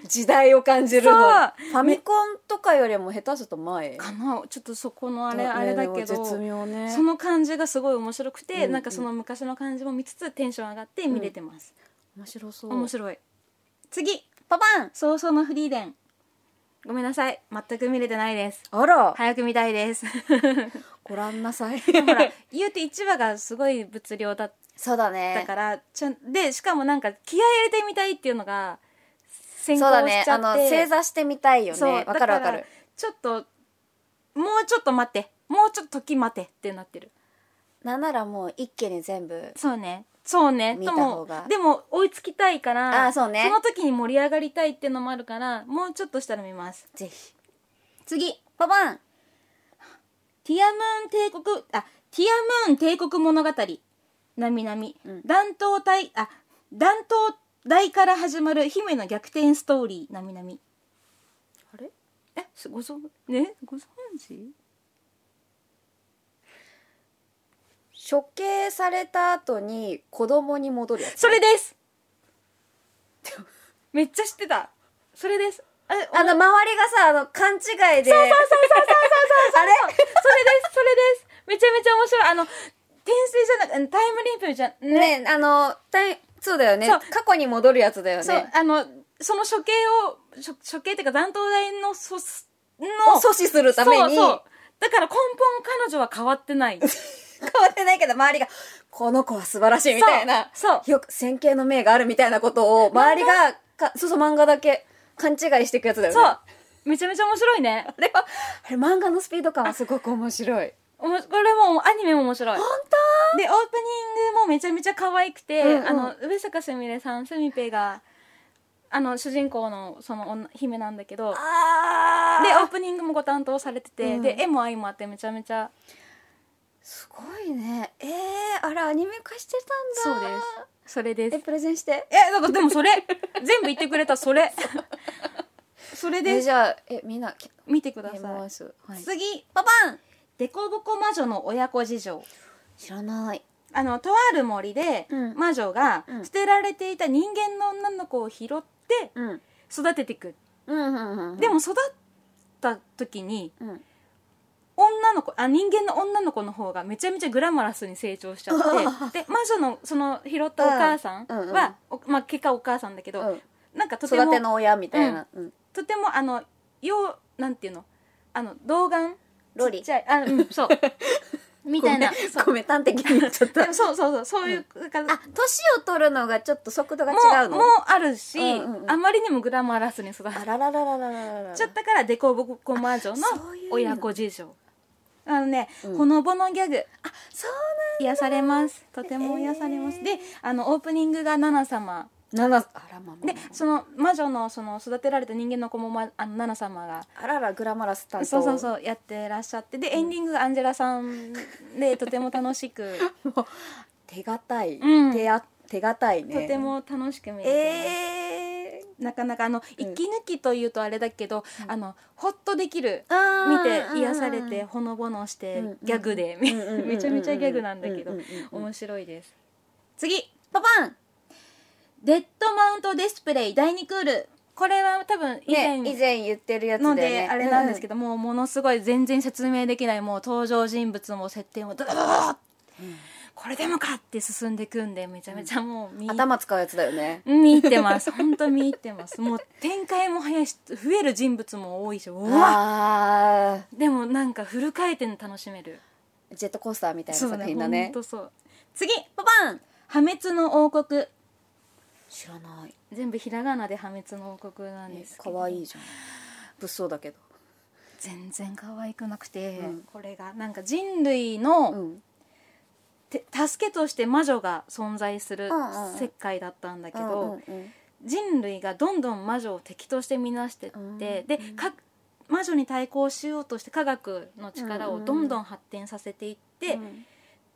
[SPEAKER 2] 時代を感じるの
[SPEAKER 1] そう
[SPEAKER 2] ファミコンとかよりも下手すると前
[SPEAKER 1] かなちょっとそこのあれ、
[SPEAKER 2] ね
[SPEAKER 1] あれだけど。
[SPEAKER 2] 絶妙ね
[SPEAKER 1] その感じがすごい面白くて、
[SPEAKER 2] うんうん
[SPEAKER 1] なんかその昔の感じも見つつテンション上がって見れてます、
[SPEAKER 2] 面白そう
[SPEAKER 1] 面白い次
[SPEAKER 2] パパン
[SPEAKER 1] 早々のフリーデンごめんなさい全く見れてないです
[SPEAKER 2] あら
[SPEAKER 1] 早く見たいです
[SPEAKER 2] (laughs) ご覧なさい
[SPEAKER 1] ほら言うて1話がすごい物量だっ
[SPEAKER 2] (laughs) そうだ
[SPEAKER 1] た
[SPEAKER 2] ね
[SPEAKER 1] からちゃんでしかもなんか気合い入れてみたいっていうのが先行
[SPEAKER 2] そうだ
[SPEAKER 1] し
[SPEAKER 2] ね
[SPEAKER 1] ちゃ
[SPEAKER 2] あ
[SPEAKER 1] って
[SPEAKER 2] の正座してみたいよ
[SPEAKER 1] そう
[SPEAKER 2] ねわかるわかる
[SPEAKER 1] ちょっともうちょっと待ってもうちょっと時待てってなってる
[SPEAKER 2] なんならもう一気に全部
[SPEAKER 1] そうねそうね
[SPEAKER 2] 見た方が
[SPEAKER 1] ともでも追いつきたいから
[SPEAKER 2] あーそうね
[SPEAKER 1] の時に盛り上がりたいってのもあるからもうちょっとしたら見ます
[SPEAKER 2] ぜひ
[SPEAKER 1] 次
[SPEAKER 2] パパン
[SPEAKER 1] ティアムーン帝国あティアムーン帝国物語なみなみ
[SPEAKER 2] うん
[SPEAKER 1] 弾頭隊あ弾頭台から始まる姫の逆転ストーリーなみなみ
[SPEAKER 2] あれ
[SPEAKER 1] えすご存ねご存知
[SPEAKER 2] 処刑された後に子供に戻るやつ
[SPEAKER 1] それです (laughs) めっちゃ知ってたそれですあれ
[SPEAKER 2] あの
[SPEAKER 1] お
[SPEAKER 2] 周りがさあの勘違いでそうそうそうそうそう
[SPEAKER 1] それですそれですめちゃめちゃ面白いあの転生じゃなくあのタイムリープじゃ
[SPEAKER 2] (laughs) あれ
[SPEAKER 1] ね
[SPEAKER 2] ねあのたいそうだよね
[SPEAKER 1] そう
[SPEAKER 2] 過去に戻るやつだよね
[SPEAKER 1] そうあのその処刑を処処刑っていうか残党台のそすの
[SPEAKER 2] を阻止するために
[SPEAKER 1] そうそうだから根本彼女は変わってない
[SPEAKER 2] (laughs)
[SPEAKER 1] み
[SPEAKER 2] 変わってないけど周りが「この子は素晴らしい」みたいな
[SPEAKER 1] そう
[SPEAKER 2] よく線形の明があるみたいなことを周りがかそうそう漫画だけ勘違いしていくやつだよね
[SPEAKER 1] そうめちゃめちゃ面白いね
[SPEAKER 2] あれはあれ漫画のスピード感はすごく面白い
[SPEAKER 1] おもこれもアニメも面白い
[SPEAKER 2] 本
[SPEAKER 1] でオープニングもめちゃめちゃ可愛くて、
[SPEAKER 2] うんうん
[SPEAKER 1] あの上坂すみれさんすみぺがあの主人公のその女姫なんだけどで
[SPEAKER 2] 当あ
[SPEAKER 1] オー
[SPEAKER 2] で
[SPEAKER 1] プニングもご担当されてて、
[SPEAKER 2] うん
[SPEAKER 1] で絵も相まってめちゃめちゃ
[SPEAKER 2] すごいねえー、あれアニメ化してた
[SPEAKER 1] そうん
[SPEAKER 2] だ
[SPEAKER 1] ですそれです
[SPEAKER 2] えプレゼンして
[SPEAKER 1] えなんかでもそれ (laughs) 全部言ってくれたそ
[SPEAKER 2] (laughs)
[SPEAKER 1] れそれ
[SPEAKER 2] え
[SPEAKER 1] です
[SPEAKER 2] じゃあえみんなき
[SPEAKER 1] 見てく
[SPEAKER 2] く
[SPEAKER 1] ださい、
[SPEAKER 2] はい、
[SPEAKER 1] 次
[SPEAKER 2] パパン
[SPEAKER 1] 「デコボコ魔女の親子事情」
[SPEAKER 2] 知らない
[SPEAKER 1] あのとある森で、
[SPEAKER 2] うん
[SPEAKER 1] 魔女が
[SPEAKER 2] うん
[SPEAKER 1] 捨てられていた人間の女の子を拾って
[SPEAKER 2] うん
[SPEAKER 1] 育てていく、
[SPEAKER 2] うんうんうん
[SPEAKER 1] でも育った時に
[SPEAKER 2] うん
[SPEAKER 1] 女の子あ人間の女の子の方がめちゃめちゃグラマラスに成長しちゃって
[SPEAKER 2] (laughs)
[SPEAKER 1] で魔女のその拾ったお母さん
[SPEAKER 2] うんうんうん
[SPEAKER 1] は、おまあ、結果お母さんだけど、
[SPEAKER 2] うん
[SPEAKER 1] なんかとても
[SPEAKER 2] 育ての親みたいな、うん
[SPEAKER 1] とてもあのようなんていうのあの童顔
[SPEAKER 2] ロ
[SPEAKER 1] ち
[SPEAKER 2] リ
[SPEAKER 1] っちゃいあ
[SPEAKER 2] (laughs)
[SPEAKER 1] うんそうみたいな
[SPEAKER 2] ごめん
[SPEAKER 1] そう
[SPEAKER 2] ごめん端的に言っちゃっ
[SPEAKER 1] で
[SPEAKER 2] た
[SPEAKER 1] もそうそうそうそういう、か
[SPEAKER 2] あ年を取るのがちょっと速度が
[SPEAKER 1] も
[SPEAKER 2] 違う
[SPEAKER 1] う
[SPEAKER 2] の
[SPEAKER 1] もあるし、
[SPEAKER 2] うんうんうん
[SPEAKER 1] あまりにもグラマラスに育っ
[SPEAKER 2] あらららららららら
[SPEAKER 1] ちゃったからデコボコ魔女の
[SPEAKER 2] あそういう意味
[SPEAKER 1] 親子事情あのね、
[SPEAKER 2] うん
[SPEAKER 1] ほのぼのギャグ
[SPEAKER 2] あそう
[SPEAKER 1] 癒されますとても癒されます、
[SPEAKER 2] えー
[SPEAKER 1] であのオープニングがナナ様
[SPEAKER 2] なんだあらまあまあ
[SPEAKER 1] で
[SPEAKER 2] まあ
[SPEAKER 1] その魔女のその育てられた人間の子も、ま、あのナナ様が
[SPEAKER 2] あららグラマラス担当
[SPEAKER 1] そうそう
[SPEAKER 2] う
[SPEAKER 1] そうやってらっしゃってでエンディングがアンジェラさんでとても楽しく、
[SPEAKER 2] 手堅い、
[SPEAKER 1] うん
[SPEAKER 2] 手あ手堅い (laughs) ね
[SPEAKER 1] とても楽しく見れてます、
[SPEAKER 2] え
[SPEAKER 1] なかなかあの
[SPEAKER 2] うん
[SPEAKER 1] 息抜きというとあれだけど、あのホッとできる
[SPEAKER 2] ー、あ
[SPEAKER 1] 見
[SPEAKER 2] ー
[SPEAKER 1] て癒されてほのぼのして
[SPEAKER 2] うん
[SPEAKER 1] ギャグで
[SPEAKER 2] うんうんうん
[SPEAKER 1] めちゃめちゃギャグなんだけど
[SPEAKER 2] うんうんうん
[SPEAKER 1] 面白いです次
[SPEAKER 2] パパン
[SPEAKER 1] デッドマウントディスプレイ第2クールこれは多分以前
[SPEAKER 2] ね、以前言ってるやつだ
[SPEAKER 1] の
[SPEAKER 2] よ
[SPEAKER 1] で
[SPEAKER 2] ね
[SPEAKER 1] あれなんですけ
[SPEAKER 2] ど、
[SPEAKER 1] どもうものすごい全然説明できないもう登場人物も設定もドドドドドドこれでもかって進んでくんでめちゃめちゃもう見
[SPEAKER 2] うん頭使うやつだよね
[SPEAKER 1] 見入ってます本当見入ってますもう展開も早いし増える人物も多いしうわ
[SPEAKER 2] あ
[SPEAKER 1] でもなんかフル回転楽しめる
[SPEAKER 2] ージェットコースターみたいな
[SPEAKER 1] そう
[SPEAKER 2] 作
[SPEAKER 1] ね
[SPEAKER 2] 品だ
[SPEAKER 1] ほ
[SPEAKER 2] ね
[SPEAKER 1] んとそう次
[SPEAKER 2] パパン
[SPEAKER 1] 破滅の王国
[SPEAKER 2] 知らない
[SPEAKER 1] 全部ひらがなで破滅の王国なんですけど
[SPEAKER 2] 可愛いじゃん物騒だけど、
[SPEAKER 1] 全然可愛くなくて、
[SPEAKER 2] うん
[SPEAKER 1] これがなんか人類の、
[SPEAKER 2] うん、
[SPEAKER 1] て助けとして魔女が存在する
[SPEAKER 2] うんうん
[SPEAKER 1] 世界だったんだけど、
[SPEAKER 2] うんうん
[SPEAKER 1] 人類がどんどん魔女を敵として見なしてって、
[SPEAKER 2] うん
[SPEAKER 1] でか魔女に対抗しようとして科学の力をどんどん発展させていって、
[SPEAKER 2] うん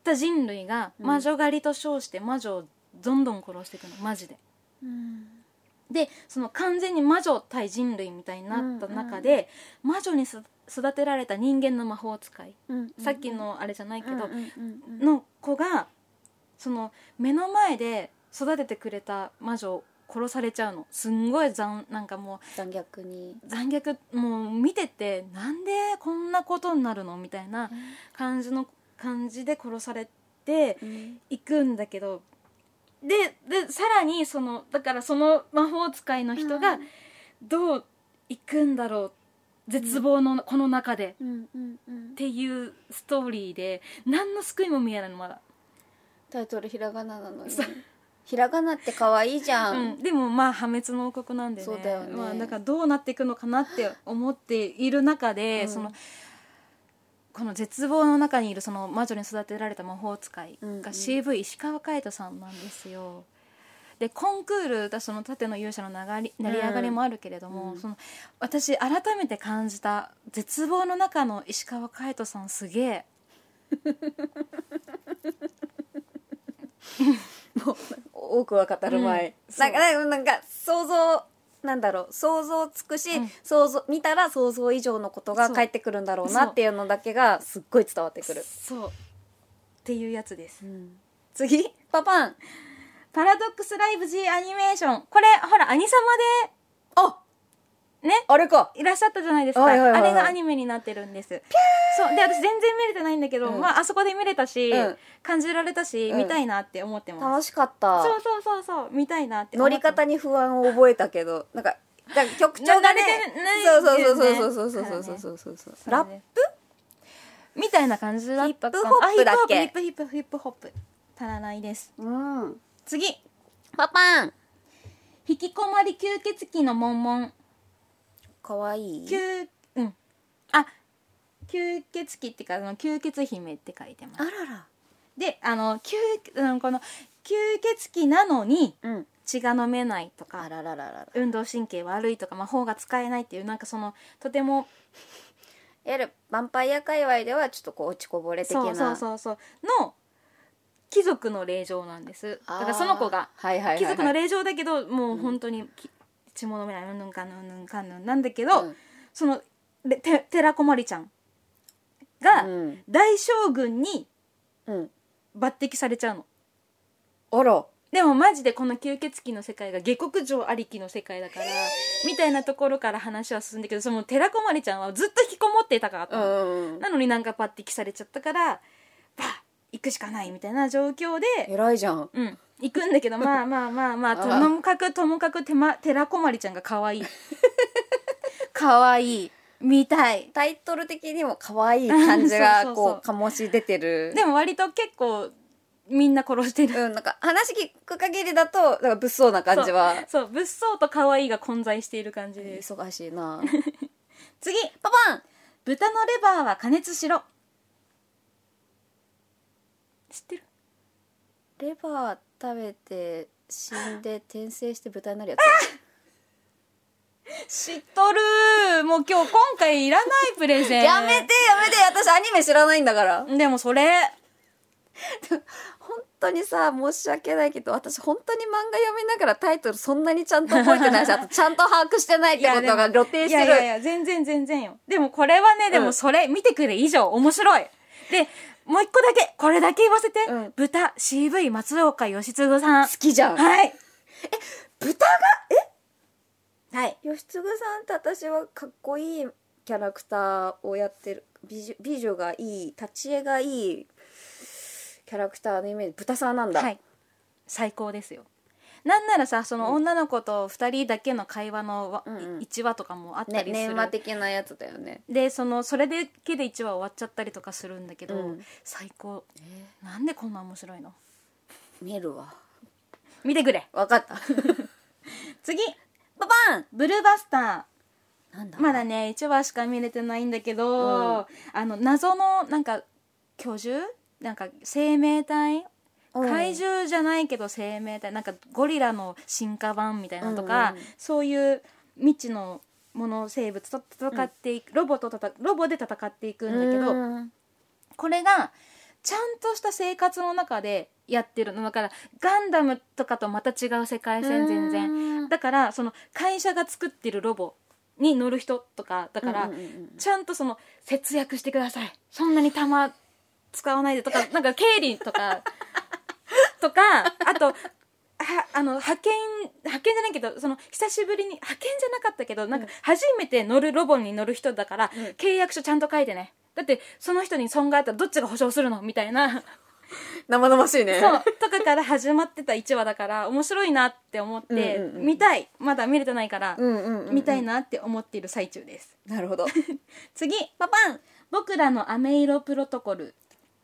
[SPEAKER 1] た人類が魔女狩りと称して魔女をどんどん殺していくのマジで。
[SPEAKER 2] うん
[SPEAKER 1] でその完全に魔女対人類みたいになった中で、魔女にす育てられた人間の魔法使い、
[SPEAKER 2] うん
[SPEAKER 1] さっきのあれじゃないけど
[SPEAKER 2] う、んうんうんうん
[SPEAKER 1] の子がその目の前で育ててくれた魔女を殺されちゃうのすんごい残なんかも
[SPEAKER 2] 残虐に
[SPEAKER 1] う残虐もう見ててなんでこんなことになるのみたいな感じの感じで殺されていくんだけどででさらにそのだからその魔法使いの人がどういくんだろう絶望のこの中で
[SPEAKER 2] うんうんうん
[SPEAKER 1] っていうストーリーで何の救いも見えないのまだ。
[SPEAKER 2] タイトルひらがななのにひらがなって可愛いじゃん、
[SPEAKER 1] うん、でもまあ破滅の王国なんでね
[SPEAKER 2] そうだよね
[SPEAKER 1] まあ、だからどうなっていくのかなって思っている中で、
[SPEAKER 2] うん
[SPEAKER 1] そのこの絶望の中にいるその魔女に育てられた魔法使い
[SPEAKER 2] うんうん
[SPEAKER 1] が CV 石川海人さんなんですよ。でコンクールだその盾の勇者の流り成り上がりもあるけれども、
[SPEAKER 2] うん
[SPEAKER 1] その私改めて感じた絶望の中の石川海人さんすげえ
[SPEAKER 2] 多くは語る前、
[SPEAKER 1] うんそう
[SPEAKER 2] なんかなんかなんか想像なんだろう想像つくし、
[SPEAKER 1] うん
[SPEAKER 2] 想像見たら想像以上のことが
[SPEAKER 1] そう
[SPEAKER 2] 返ってくるんだろう
[SPEAKER 1] そ
[SPEAKER 2] な
[SPEAKER 1] う
[SPEAKER 2] っていうのだけがすっごい伝わってくる、
[SPEAKER 1] そうっていうやつです。
[SPEAKER 2] うん
[SPEAKER 1] 次
[SPEAKER 2] パパン
[SPEAKER 1] パラドックスライブ G アニメーション。これ、ほら、アニサ
[SPEAKER 2] あ
[SPEAKER 1] マで、ね、
[SPEAKER 2] あれか
[SPEAKER 1] いらっしゃったじゃないですか。
[SPEAKER 2] はいはいはいはい
[SPEAKER 1] あれがアニメになってるんです。そう。で、私全然見れてないんだけど、
[SPEAKER 2] うん
[SPEAKER 1] まあ、あそこで見れたし、
[SPEAKER 2] うん
[SPEAKER 1] 感じられたし、
[SPEAKER 2] うん
[SPEAKER 1] 見たいなって思ってます。
[SPEAKER 2] 楽しかった
[SPEAKER 1] そうそうそうそう、見たいなって
[SPEAKER 2] 乗
[SPEAKER 1] 思って
[SPEAKER 2] り
[SPEAKER 1] ます
[SPEAKER 2] 方に不安を覚えたけどなんかなんか曲調
[SPEAKER 1] な
[SPEAKER 2] が
[SPEAKER 1] 慣
[SPEAKER 2] ね
[SPEAKER 1] れてない
[SPEAKER 2] そう
[SPEAKER 1] ないよね
[SPEAKER 2] そうそうそうそうそうそうそうそうそうラップ
[SPEAKER 1] みたいな感じだったかな
[SPEAKER 2] ヒップホップだっけ
[SPEAKER 1] あヒップホップヒップホップヒップホップ。足らないです。
[SPEAKER 2] うん
[SPEAKER 1] 次。
[SPEAKER 2] パパン
[SPEAKER 1] 引きこもり吸血鬼のモンモン。
[SPEAKER 2] かわいい
[SPEAKER 1] 吸うんあ吸血鬼っていうかあの吸血姫って書いてます
[SPEAKER 2] らら
[SPEAKER 1] であの吸うんこの吸血鬼なのに
[SPEAKER 2] うん
[SPEAKER 1] 血が飲めないと
[SPEAKER 2] あ
[SPEAKER 1] から
[SPEAKER 2] らららら
[SPEAKER 1] 運動神経悪いとか、まあ、頬が使えないっていうなんかそのとても
[SPEAKER 2] いわゆるヴァンパイア界隈ではちょっとこう落ちこぼれ的な
[SPEAKER 1] そうそうそうそうの貴族の令嬢なんですだ
[SPEAKER 2] あー
[SPEAKER 1] からその子が
[SPEAKER 2] はいはいはいはい
[SPEAKER 1] 貴族の令嬢だけどもう本当にき血も飲めないうんぬんかんぬんぬんかんぬんなんだけど、
[SPEAKER 2] うん
[SPEAKER 1] そのれて寺こまりちゃんが
[SPEAKER 2] うん
[SPEAKER 1] 大将軍に
[SPEAKER 2] うん
[SPEAKER 1] 抜擢されちゃうの。
[SPEAKER 2] あら
[SPEAKER 1] でもマジでこの吸血鬼の世界が下克上ありきの世界だからみたいなところから話は進んでけどその寺こまりちゃんはずっと引きこもっていたからと、
[SPEAKER 2] うん
[SPEAKER 1] なのになんか抜擢されちゃったからバッ行くしかないみたいな状況で、
[SPEAKER 2] 偉いじゃん
[SPEAKER 1] うん、行くんだけどまあまあまあまあと
[SPEAKER 2] あ
[SPEAKER 1] もかくともかくて、ま、寺こまりちゃんが可愛い可愛い見たい
[SPEAKER 2] タイトル的にも可愛い感じ
[SPEAKER 1] (laughs)
[SPEAKER 2] が
[SPEAKER 1] そうそうそう
[SPEAKER 2] こう醸し出てる
[SPEAKER 1] でも割と結構みんな殺してる
[SPEAKER 2] うん、なんか話聞く限りだとなんか物騒な感じは
[SPEAKER 1] そう物騒と可愛いが混在している感じです
[SPEAKER 2] 忙し
[SPEAKER 1] (laughs)
[SPEAKER 2] いな
[SPEAKER 1] 次
[SPEAKER 2] パパン
[SPEAKER 1] 豚のレバーは加熱しろ知ってる
[SPEAKER 2] レバー食べて死んで転生して豚になるや
[SPEAKER 1] 知っとるもう今日今回いらないプレゼ
[SPEAKER 2] つ
[SPEAKER 1] ン
[SPEAKER 2] やめてやめて私アニメ知らないんだから
[SPEAKER 1] でもそれ
[SPEAKER 2] 本当にさ申し訳ないけど私本当に漫画読みながらタイトルそんなにちゃんと覚え
[SPEAKER 1] (laughs)
[SPEAKER 2] てないしあとちゃんと把握してないってことが露呈
[SPEAKER 1] い
[SPEAKER 2] し
[SPEAKER 1] や
[SPEAKER 2] て
[SPEAKER 1] いやい
[SPEAKER 2] る
[SPEAKER 1] や全然全然よでもこれはねで
[SPEAKER 2] う
[SPEAKER 1] も
[SPEAKER 2] ん
[SPEAKER 1] それ、見てくれ以上面白いでもう一個だけこれだけ言わせて、
[SPEAKER 2] うん
[SPEAKER 1] 豚 CV 松岡義嗣さん
[SPEAKER 2] 好きじゃん
[SPEAKER 1] はい
[SPEAKER 2] 豚が
[SPEAKER 1] はい
[SPEAKER 2] え義継さんって私はかっこいいキャラクターをやってる美女美女がいい立ち絵がいいキャラクターのイメージ豚さんなんだ、
[SPEAKER 1] はい最高ですよなんならさその女の子と2人だけの会話のわ、
[SPEAKER 2] うんうん
[SPEAKER 1] 1話とかもあった
[SPEAKER 2] ね、
[SPEAKER 1] りす
[SPEAKER 2] 年
[SPEAKER 1] る、
[SPEAKER 2] 話的なやつだよね
[SPEAKER 1] でそのそれだけで1話終わっちゃったりとかするんだけど、
[SPEAKER 2] うん
[SPEAKER 1] 最高なんでこんな面白いの
[SPEAKER 2] 見るわ
[SPEAKER 1] 見てくれ
[SPEAKER 2] 分か
[SPEAKER 1] (laughs)
[SPEAKER 2] った
[SPEAKER 1] 次
[SPEAKER 2] パパン
[SPEAKER 1] ブルーバスタ
[SPEAKER 2] なんだ
[SPEAKER 1] ーまだね1話しか見れてないんだけど、
[SPEAKER 2] うん
[SPEAKER 1] あの謎のなんか巨獣なんか生命体
[SPEAKER 2] うん
[SPEAKER 1] 怪獣じゃないけど生命体なんかゴリラの進化版みたいなとか、
[SPEAKER 2] うんうん
[SPEAKER 1] そういう未知のもの生物と戦っていく、ロボと戦ロボで戦っていくんだけど、
[SPEAKER 2] うん
[SPEAKER 1] これがちゃんとした生活の中でやってるのだからガンダムとかとまた違う世界線全然
[SPEAKER 2] うん
[SPEAKER 1] だからその会社が作ってるロボに乗る人とかだから、
[SPEAKER 2] うんうんうん
[SPEAKER 1] ちゃんとその節約してくださいそんなに玉使わないでと
[SPEAKER 2] (laughs)
[SPEAKER 1] かなんか経理とかとかあとはあの派遣派遣じゃないけどその久しぶりに派遣じゃなかったけどなんか初めて乗るロボに乗る人だから、
[SPEAKER 2] うん
[SPEAKER 1] 契約書ちゃんと書いてねだってその人に損があったらどっちが保証するのみたいな
[SPEAKER 2] (laughs) 生々しいね
[SPEAKER 1] そうとかから始まってた1話だから面白いなって思って、
[SPEAKER 2] うんうんうん
[SPEAKER 1] 見たいまだ見れてないから、
[SPEAKER 2] うんうんうんうん
[SPEAKER 1] 見たいなって思っている最中です
[SPEAKER 2] なるほど
[SPEAKER 1] 次パパン僕らの飴色プロトコル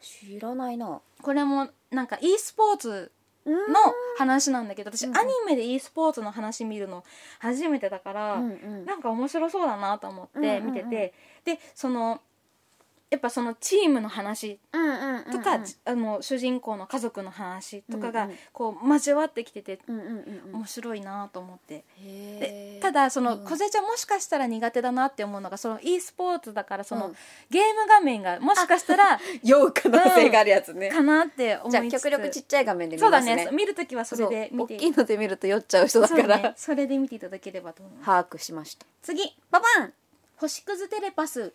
[SPEAKER 2] 知らないな
[SPEAKER 1] これもなんか e スポーツ
[SPEAKER 2] の
[SPEAKER 1] の話なんだけど私ア
[SPEAKER 2] う
[SPEAKER 1] ニ
[SPEAKER 2] んうん
[SPEAKER 1] メで e スポーツの話見るの初めてだから、
[SPEAKER 2] うんうん
[SPEAKER 1] なんか面白そうだなと思って見てて、
[SPEAKER 2] うんうんうん
[SPEAKER 1] でそのやっぱそのチームの話
[SPEAKER 2] うんうん
[SPEAKER 1] とか、あの主人公の家族の話とか
[SPEAKER 2] う
[SPEAKER 1] が
[SPEAKER 2] んうん
[SPEAKER 1] こう交わってきてて
[SPEAKER 2] うんうんうんうん
[SPEAKER 1] 面白いなと思って。
[SPEAKER 2] へ
[SPEAKER 1] で
[SPEAKER 2] ー
[SPEAKER 1] ただその
[SPEAKER 2] うん
[SPEAKER 1] 小瀬ちゃんもしかしたら苦手だなって思うのがその e スポーツだからその、
[SPEAKER 2] うん
[SPEAKER 1] ゲーム画面がもしかしたら
[SPEAKER 2] 酔う可能性があるやつね
[SPEAKER 1] かなって思いつつ
[SPEAKER 2] じゃあ極力ちっちゃい画面で見
[SPEAKER 1] そう
[SPEAKER 2] ま
[SPEAKER 1] だ
[SPEAKER 2] す
[SPEAKER 1] ね
[SPEAKER 2] ね
[SPEAKER 1] 見るときはそれで
[SPEAKER 2] そう
[SPEAKER 1] 見
[SPEAKER 2] 大
[SPEAKER 1] て
[SPEAKER 2] きいので見ると酔っちゃう人だか
[SPEAKER 1] そうね
[SPEAKER 2] ら
[SPEAKER 1] それで見ていただければと思います
[SPEAKER 2] 把握しました
[SPEAKER 1] 次
[SPEAKER 2] パパン
[SPEAKER 1] 星屑テレパス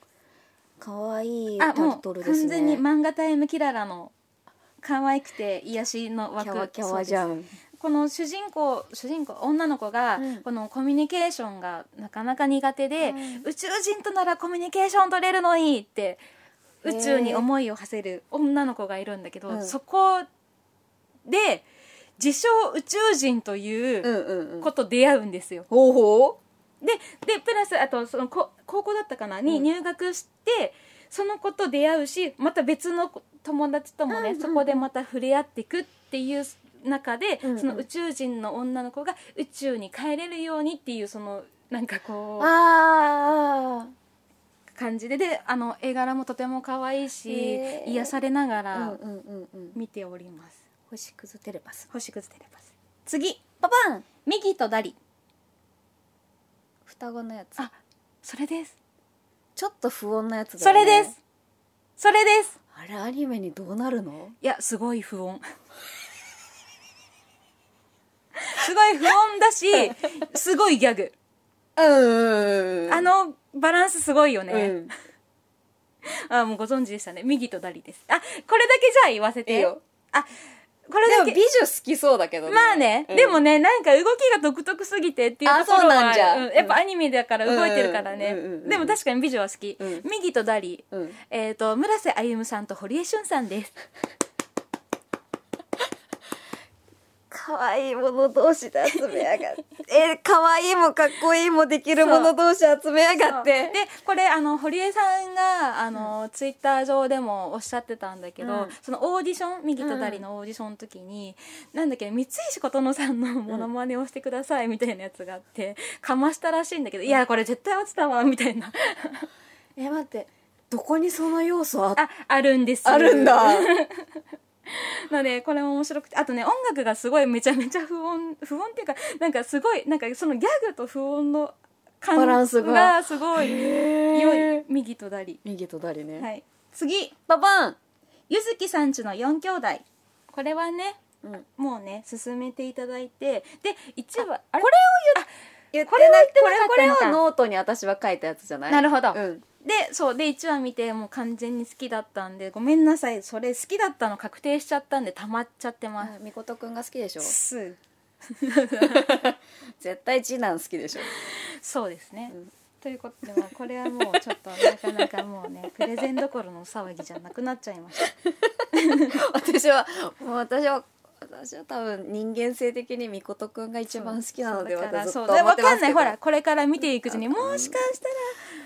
[SPEAKER 2] 可愛いタ
[SPEAKER 1] あ
[SPEAKER 2] イ
[SPEAKER 1] も
[SPEAKER 2] トル
[SPEAKER 1] う
[SPEAKER 2] ですね
[SPEAKER 1] 完全に漫画タイムキララの可愛くて癒しの枠
[SPEAKER 2] キャワキャワじゃ
[SPEAKER 1] そうんですこの主人公主人公女の子が、
[SPEAKER 2] うん
[SPEAKER 1] このコミュニケーションがなかなか苦手で、
[SPEAKER 2] うん
[SPEAKER 1] 宇宙人とならコミュニケーション取れるのにって
[SPEAKER 2] へー
[SPEAKER 1] 宇宙に思いを馳せる女の子がいるんだけど、
[SPEAKER 2] うん
[SPEAKER 1] そこで自称宇宙人という、
[SPEAKER 2] うんうんうん
[SPEAKER 1] こと出会うんですよ。
[SPEAKER 2] ほうほ
[SPEAKER 1] ででプラスあとそのこ高校だったかなに
[SPEAKER 2] うん
[SPEAKER 1] 入学して、その子と出会うしまた別の友達ともね、
[SPEAKER 2] うんうん
[SPEAKER 1] そこでまた触れ合っていくっていう中で、
[SPEAKER 2] うんうん
[SPEAKER 1] その宇宙人の女の子が宇宙に帰れるようにっていうそのなんかこ
[SPEAKER 2] ああ
[SPEAKER 1] う感じでであの絵柄もとても可愛いし、
[SPEAKER 2] へー
[SPEAKER 1] 癒されなが
[SPEAKER 2] うん
[SPEAKER 1] ら
[SPEAKER 2] うんうんうん
[SPEAKER 1] 見ております、
[SPEAKER 2] 星屑テレパス
[SPEAKER 1] 星屑テレパス次
[SPEAKER 2] パパン
[SPEAKER 1] ミキとダリ
[SPEAKER 2] 双子のやつ
[SPEAKER 1] あそれです、
[SPEAKER 2] ちょっと不穏なやつだ
[SPEAKER 1] そ
[SPEAKER 2] よね
[SPEAKER 1] れですそれです
[SPEAKER 2] あれアニメにどうなるの
[SPEAKER 1] いやすごい不穏すごい不穏だ
[SPEAKER 2] (laughs)
[SPEAKER 1] しすごいギャグ
[SPEAKER 2] うん
[SPEAKER 1] あのバランスすごいよね、
[SPEAKER 2] うん
[SPEAKER 1] あもうご存知でしたね右と左ですあこれだけじゃあ言わせて
[SPEAKER 2] いいよ
[SPEAKER 1] あこれ
[SPEAKER 2] で
[SPEAKER 1] だ
[SPEAKER 2] も美
[SPEAKER 1] け
[SPEAKER 2] 女好きそうだけど
[SPEAKER 1] まあね、
[SPEAKER 2] うん
[SPEAKER 1] でもねなんか動きが独特すぎてっていうところは
[SPEAKER 2] あそうなんじゃ
[SPEAKER 1] うんやっぱアニメだから動いてるからね、
[SPEAKER 2] うんうんうんうん
[SPEAKER 1] でも確かに美女は好き、
[SPEAKER 2] うん
[SPEAKER 1] 右と左、
[SPEAKER 2] うん
[SPEAKER 1] えっ、と村瀬歩さんと堀江俊さんです
[SPEAKER 2] 可愛いもの同士で集めやがってえ可愛いもかっこいいもできるもの同士集めやがっ
[SPEAKER 1] そう
[SPEAKER 2] て
[SPEAKER 1] でこれあの堀江さんがあの、ツイッター上でもおっしゃってたんだけど、
[SPEAKER 2] うん
[SPEAKER 1] そのオーディション右と左のオーディションの時に、なんだっけ三石琴乃さんのモノマネをしてくださいみたいなやつがあってかましたらしいんだけど、いやこれ絶対落ちたわみたいな
[SPEAKER 2] え待ってどこにその要素あっ
[SPEAKER 1] ああるんです
[SPEAKER 2] あるんだ
[SPEAKER 1] のでこれも面白くてあとね音楽がすごいめちゃめちゃ不穏不穏っていうかなんかすごいなんかそのギャグと不穏の感
[SPEAKER 2] バランスが
[SPEAKER 1] すごい良
[SPEAKER 2] 良い
[SPEAKER 1] い右と左
[SPEAKER 2] (laughs) 右と左ね、
[SPEAKER 1] はい次
[SPEAKER 2] ババン、
[SPEAKER 1] ゆずきさんちの4兄弟これはね
[SPEAKER 2] うん、こ
[SPEAKER 1] もうね進めていただいてで一話あれ
[SPEAKER 2] れを言っ
[SPEAKER 1] これは言ってなか
[SPEAKER 2] こ
[SPEAKER 1] った
[SPEAKER 2] れ
[SPEAKER 1] の
[SPEAKER 2] を
[SPEAKER 1] か
[SPEAKER 2] ノートに私は書いたやつじゃない
[SPEAKER 1] なるほど、
[SPEAKER 2] うん、
[SPEAKER 1] でそうで1話見てもう完全に好きだったんでごめんなさいそれ好きだったの確定しちゃったんで溜まっちゃってま
[SPEAKER 2] みことくんが好きでしょ
[SPEAKER 1] す、
[SPEAKER 2] 絶対次男好きでしょ
[SPEAKER 1] そうですね、
[SPEAKER 2] ん
[SPEAKER 1] ということでまあこれはもうちょっとなかなかもう (laughs) ねプレゼンどころの騒ぎじゃなくなっちゃいました
[SPEAKER 2] (laughs) 私はもう私は私は多分人間性的にみことくんが一番好きなので
[SPEAKER 1] そうだから
[SPEAKER 2] 私ず
[SPEAKER 1] そ
[SPEAKER 2] っ
[SPEAKER 1] う
[SPEAKER 2] と思っ
[SPEAKER 1] わ
[SPEAKER 2] てま
[SPEAKER 1] か
[SPEAKER 2] す
[SPEAKER 1] んな
[SPEAKER 2] け
[SPEAKER 1] い
[SPEAKER 2] ど
[SPEAKER 1] ほらこれから見ていくうちにもしかした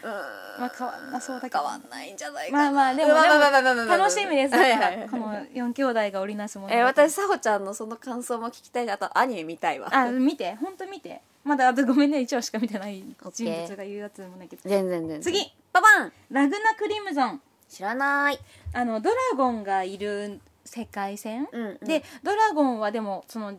[SPEAKER 2] うん
[SPEAKER 1] らまあ変わんなそうだけど
[SPEAKER 2] 変わんないんじゃないかな
[SPEAKER 1] まあまあでも
[SPEAKER 2] まあまあまあまあまあ
[SPEAKER 1] でも
[SPEAKER 2] まあ
[SPEAKER 1] 楽しみです、
[SPEAKER 2] はいはいはい
[SPEAKER 1] この4兄弟が織りなすもの
[SPEAKER 2] えー私さほちゃんのその感想も聞きたいしあとアニメ見たいわ
[SPEAKER 1] あ見て本当見てまだあとごめんね一話しか見てない
[SPEAKER 2] オッケ
[SPEAKER 1] 人
[SPEAKER 2] ー
[SPEAKER 1] 物が言うやつもないけど
[SPEAKER 2] 全然全然
[SPEAKER 1] 次
[SPEAKER 2] ババン
[SPEAKER 1] ラグナ・クリムゾン
[SPEAKER 2] 知らない
[SPEAKER 1] あのドラゴンがいる世界線、
[SPEAKER 2] うん
[SPEAKER 1] でドラゴンはでもその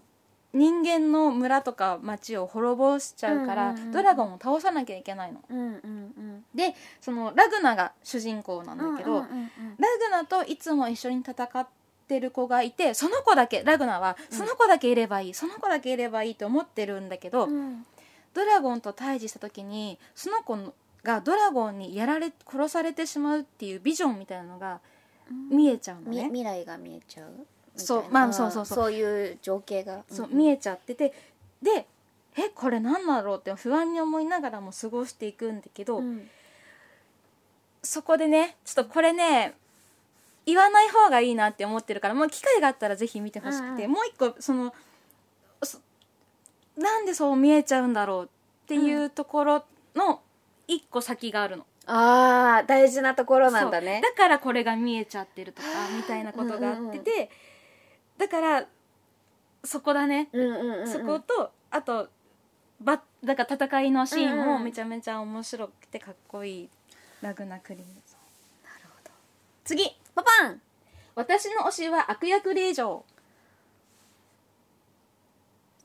[SPEAKER 1] 人間の村とか町を滅ぼしちゃうから、
[SPEAKER 2] うんうんうん
[SPEAKER 1] ドラゴンを倒さなきゃいけないの
[SPEAKER 2] うんうんうん
[SPEAKER 1] でそのラグナが主人公なんだけど、
[SPEAKER 2] うんうんうん
[SPEAKER 1] ラグナといつも一緒に戦ってる子がいてその子だけラグナはその子だけいればいい、その子だけいればいいと思ってるんだけど、
[SPEAKER 2] うん
[SPEAKER 1] ドラゴンと対峙した時にその子がドラゴンにやられ殺されてしまうっていうビジョンみたいなのが見えちゃうの
[SPEAKER 2] み
[SPEAKER 1] ね、
[SPEAKER 2] 未来が見えちゃう
[SPEAKER 1] そう
[SPEAKER 2] みたいな
[SPEAKER 1] まあそうそうそう
[SPEAKER 2] そういう情景が
[SPEAKER 1] そう
[SPEAKER 2] え
[SPEAKER 1] 見えちゃっててでえこれ何だろうって不安に思いながらも過ごしていくんだけど、そこでねちょっとこれね言わない方がいいなって思ってるからもう機会があったらぜひ見てほしくて、
[SPEAKER 2] うんう
[SPEAKER 1] もう一個そのそなんでそう見えちゃうんだろうっていうところの一個先があるの、
[SPEAKER 2] あー大事なところなんだね
[SPEAKER 1] そうだからこれが見えちゃってるとかみたいなことがあってて、だからそこだね、
[SPEAKER 2] うんうんうんうん
[SPEAKER 1] そことあとバだから戦いのシーン
[SPEAKER 2] うん
[SPEAKER 1] も
[SPEAKER 2] うん
[SPEAKER 1] めちゃめちゃ面白くてかっこいいラグナクリムゾン次
[SPEAKER 2] パパン
[SPEAKER 1] 私の推しは悪役令嬢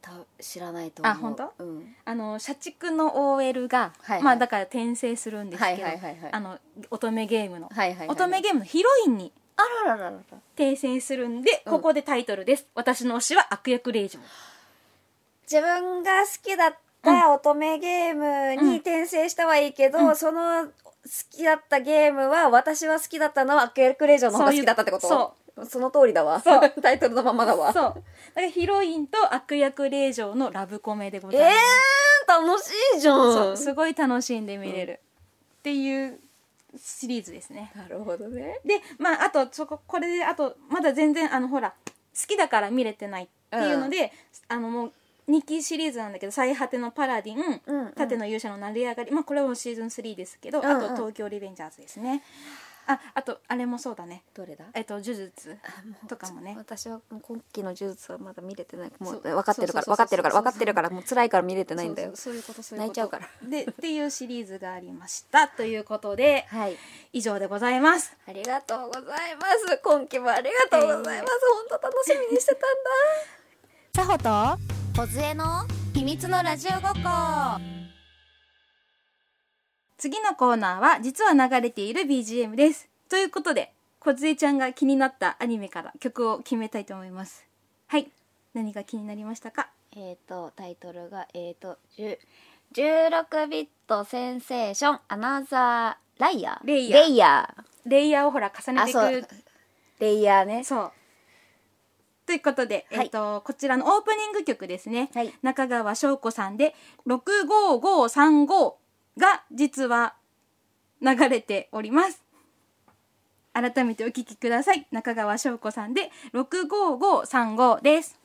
[SPEAKER 2] た知らないと思う
[SPEAKER 1] あ本当
[SPEAKER 2] うん
[SPEAKER 1] あの社畜の OL が、
[SPEAKER 2] はいはい
[SPEAKER 1] まあだから転生するんですけど、
[SPEAKER 2] はいはいはいはい
[SPEAKER 1] あの乙女ゲームの、
[SPEAKER 2] はいはいはい
[SPEAKER 1] 乙女ゲームのヒロインに
[SPEAKER 2] あららららら
[SPEAKER 1] 転生するんで、ここでタイトルです私の推しは悪役令
[SPEAKER 2] (laughs)
[SPEAKER 1] 嬢
[SPEAKER 2] 自分が好きだった乙女ゲームに転生したはいいけど、その好きだったゲームは私は好きだったのはアクエルクレイジョンの方が好きだったってこと
[SPEAKER 1] そう
[SPEAKER 2] その通りだわ
[SPEAKER 1] そう
[SPEAKER 2] (laughs) タイトルのままだわ
[SPEAKER 1] そうだからヒロインと悪役令嬢のラブコメでござ
[SPEAKER 2] え
[SPEAKER 1] います、
[SPEAKER 2] ー、楽しいじゃ
[SPEAKER 1] そうんすごい楽しんで見れる、っていうシリーズですね
[SPEAKER 2] なるほどね
[SPEAKER 1] でまああとそここれであとまだ全然あのほら好きだから見れてないっていうので、あのもう2期シリーズなんだけど「最果てのパラディン」
[SPEAKER 2] うんうん
[SPEAKER 1] 盾の勇者の成り上がり」まあこれもシーズン3ですけど、
[SPEAKER 2] うんうん
[SPEAKER 1] あと「東京リベンジャーズ」ですねああとあれもそうだね
[SPEAKER 2] どれだ
[SPEAKER 1] えっと呪術
[SPEAKER 2] あもう
[SPEAKER 1] とかもね
[SPEAKER 2] 私はもう今期の呪術はまだ見れてないも
[SPEAKER 1] そう
[SPEAKER 2] う分かってるから
[SPEAKER 1] そうそうそうそう
[SPEAKER 2] 分かってるから分かってるからもう辛いから見れてないんだよ
[SPEAKER 1] そうそうそういうことそういうこと
[SPEAKER 2] 泣いちゃうから
[SPEAKER 1] でっていうシリーズがありましたということで
[SPEAKER 2] はい
[SPEAKER 1] 以上でございます
[SPEAKER 2] ありがとうございます今期もありがとうございます本当楽しみにしてたんだ
[SPEAKER 1] さほと
[SPEAKER 2] 小杖の秘密のラジオごっこ
[SPEAKER 1] 次のコーナーは実は流れている BGM ですということでこずえちゃんが気になったアニメから曲を決めたいと思いますはい何が気になりましたか
[SPEAKER 2] (laughs) えっ、とタイトルがえっ、と10 16ビットセンセーションアナザーライヤー
[SPEAKER 1] レイヤー
[SPEAKER 2] レイヤ
[SPEAKER 1] レイヤーをほら重ね
[SPEAKER 2] ー
[SPEAKER 1] てい
[SPEAKER 2] あそう
[SPEAKER 1] く
[SPEAKER 2] レイヤーね
[SPEAKER 1] そう。ということで、
[SPEAKER 2] はい
[SPEAKER 1] えっと、こちらのオープニング曲ですね。
[SPEAKER 2] はい
[SPEAKER 1] 中川翔子さんで、65535が実は流れております。改めてお聞きください。中川翔子さんで、65535です。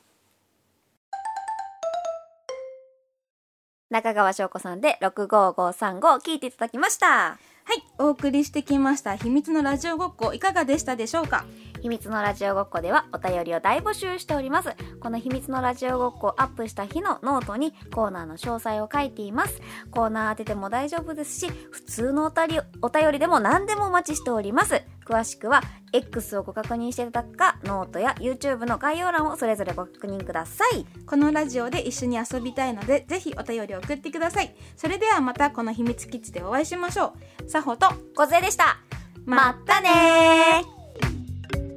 [SPEAKER 2] 中川翔子さんで65535聞いていただきました
[SPEAKER 1] はい、お送りしてきました秘密のラジオごっこいかがでしたでしょうか
[SPEAKER 2] 秘密のラジオごっこではお便りを大募集しておりますこの秘密のラジオごっこをアップした日のノートにコーナーの詳細を書いていますコーナー当てても大丈夫ですし普通のおたりお便りでも何でもお待ちしております詳しくは X をご確認していただくかノートや YouTube の概要欄をそれぞれご確認ください
[SPEAKER 1] このラジオで一緒に遊びたいのでぜひお便りを送ってくださいそれではまたこの秘密基地でお会いしましょうさほと
[SPEAKER 2] 小杖でした
[SPEAKER 1] ま
[SPEAKER 2] またねー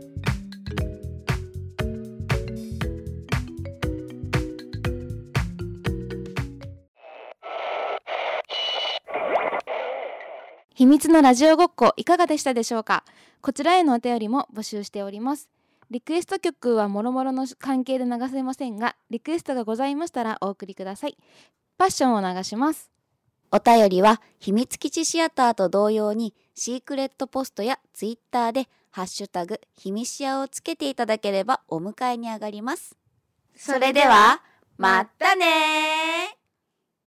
[SPEAKER 1] 秘密のラジオごっこいかがでしたでしょうかこちらへのお便りも募集しておりますリクエスト曲はもろもろの関係で流せませんがリクエストがございましたらお送りくださいパッションを流します
[SPEAKER 2] お便りは秘密基地シアターと同様にシークレットポストやツイッターでハッシュタグ秘密シアをつけていただければお迎えに上がります。それでは、またねー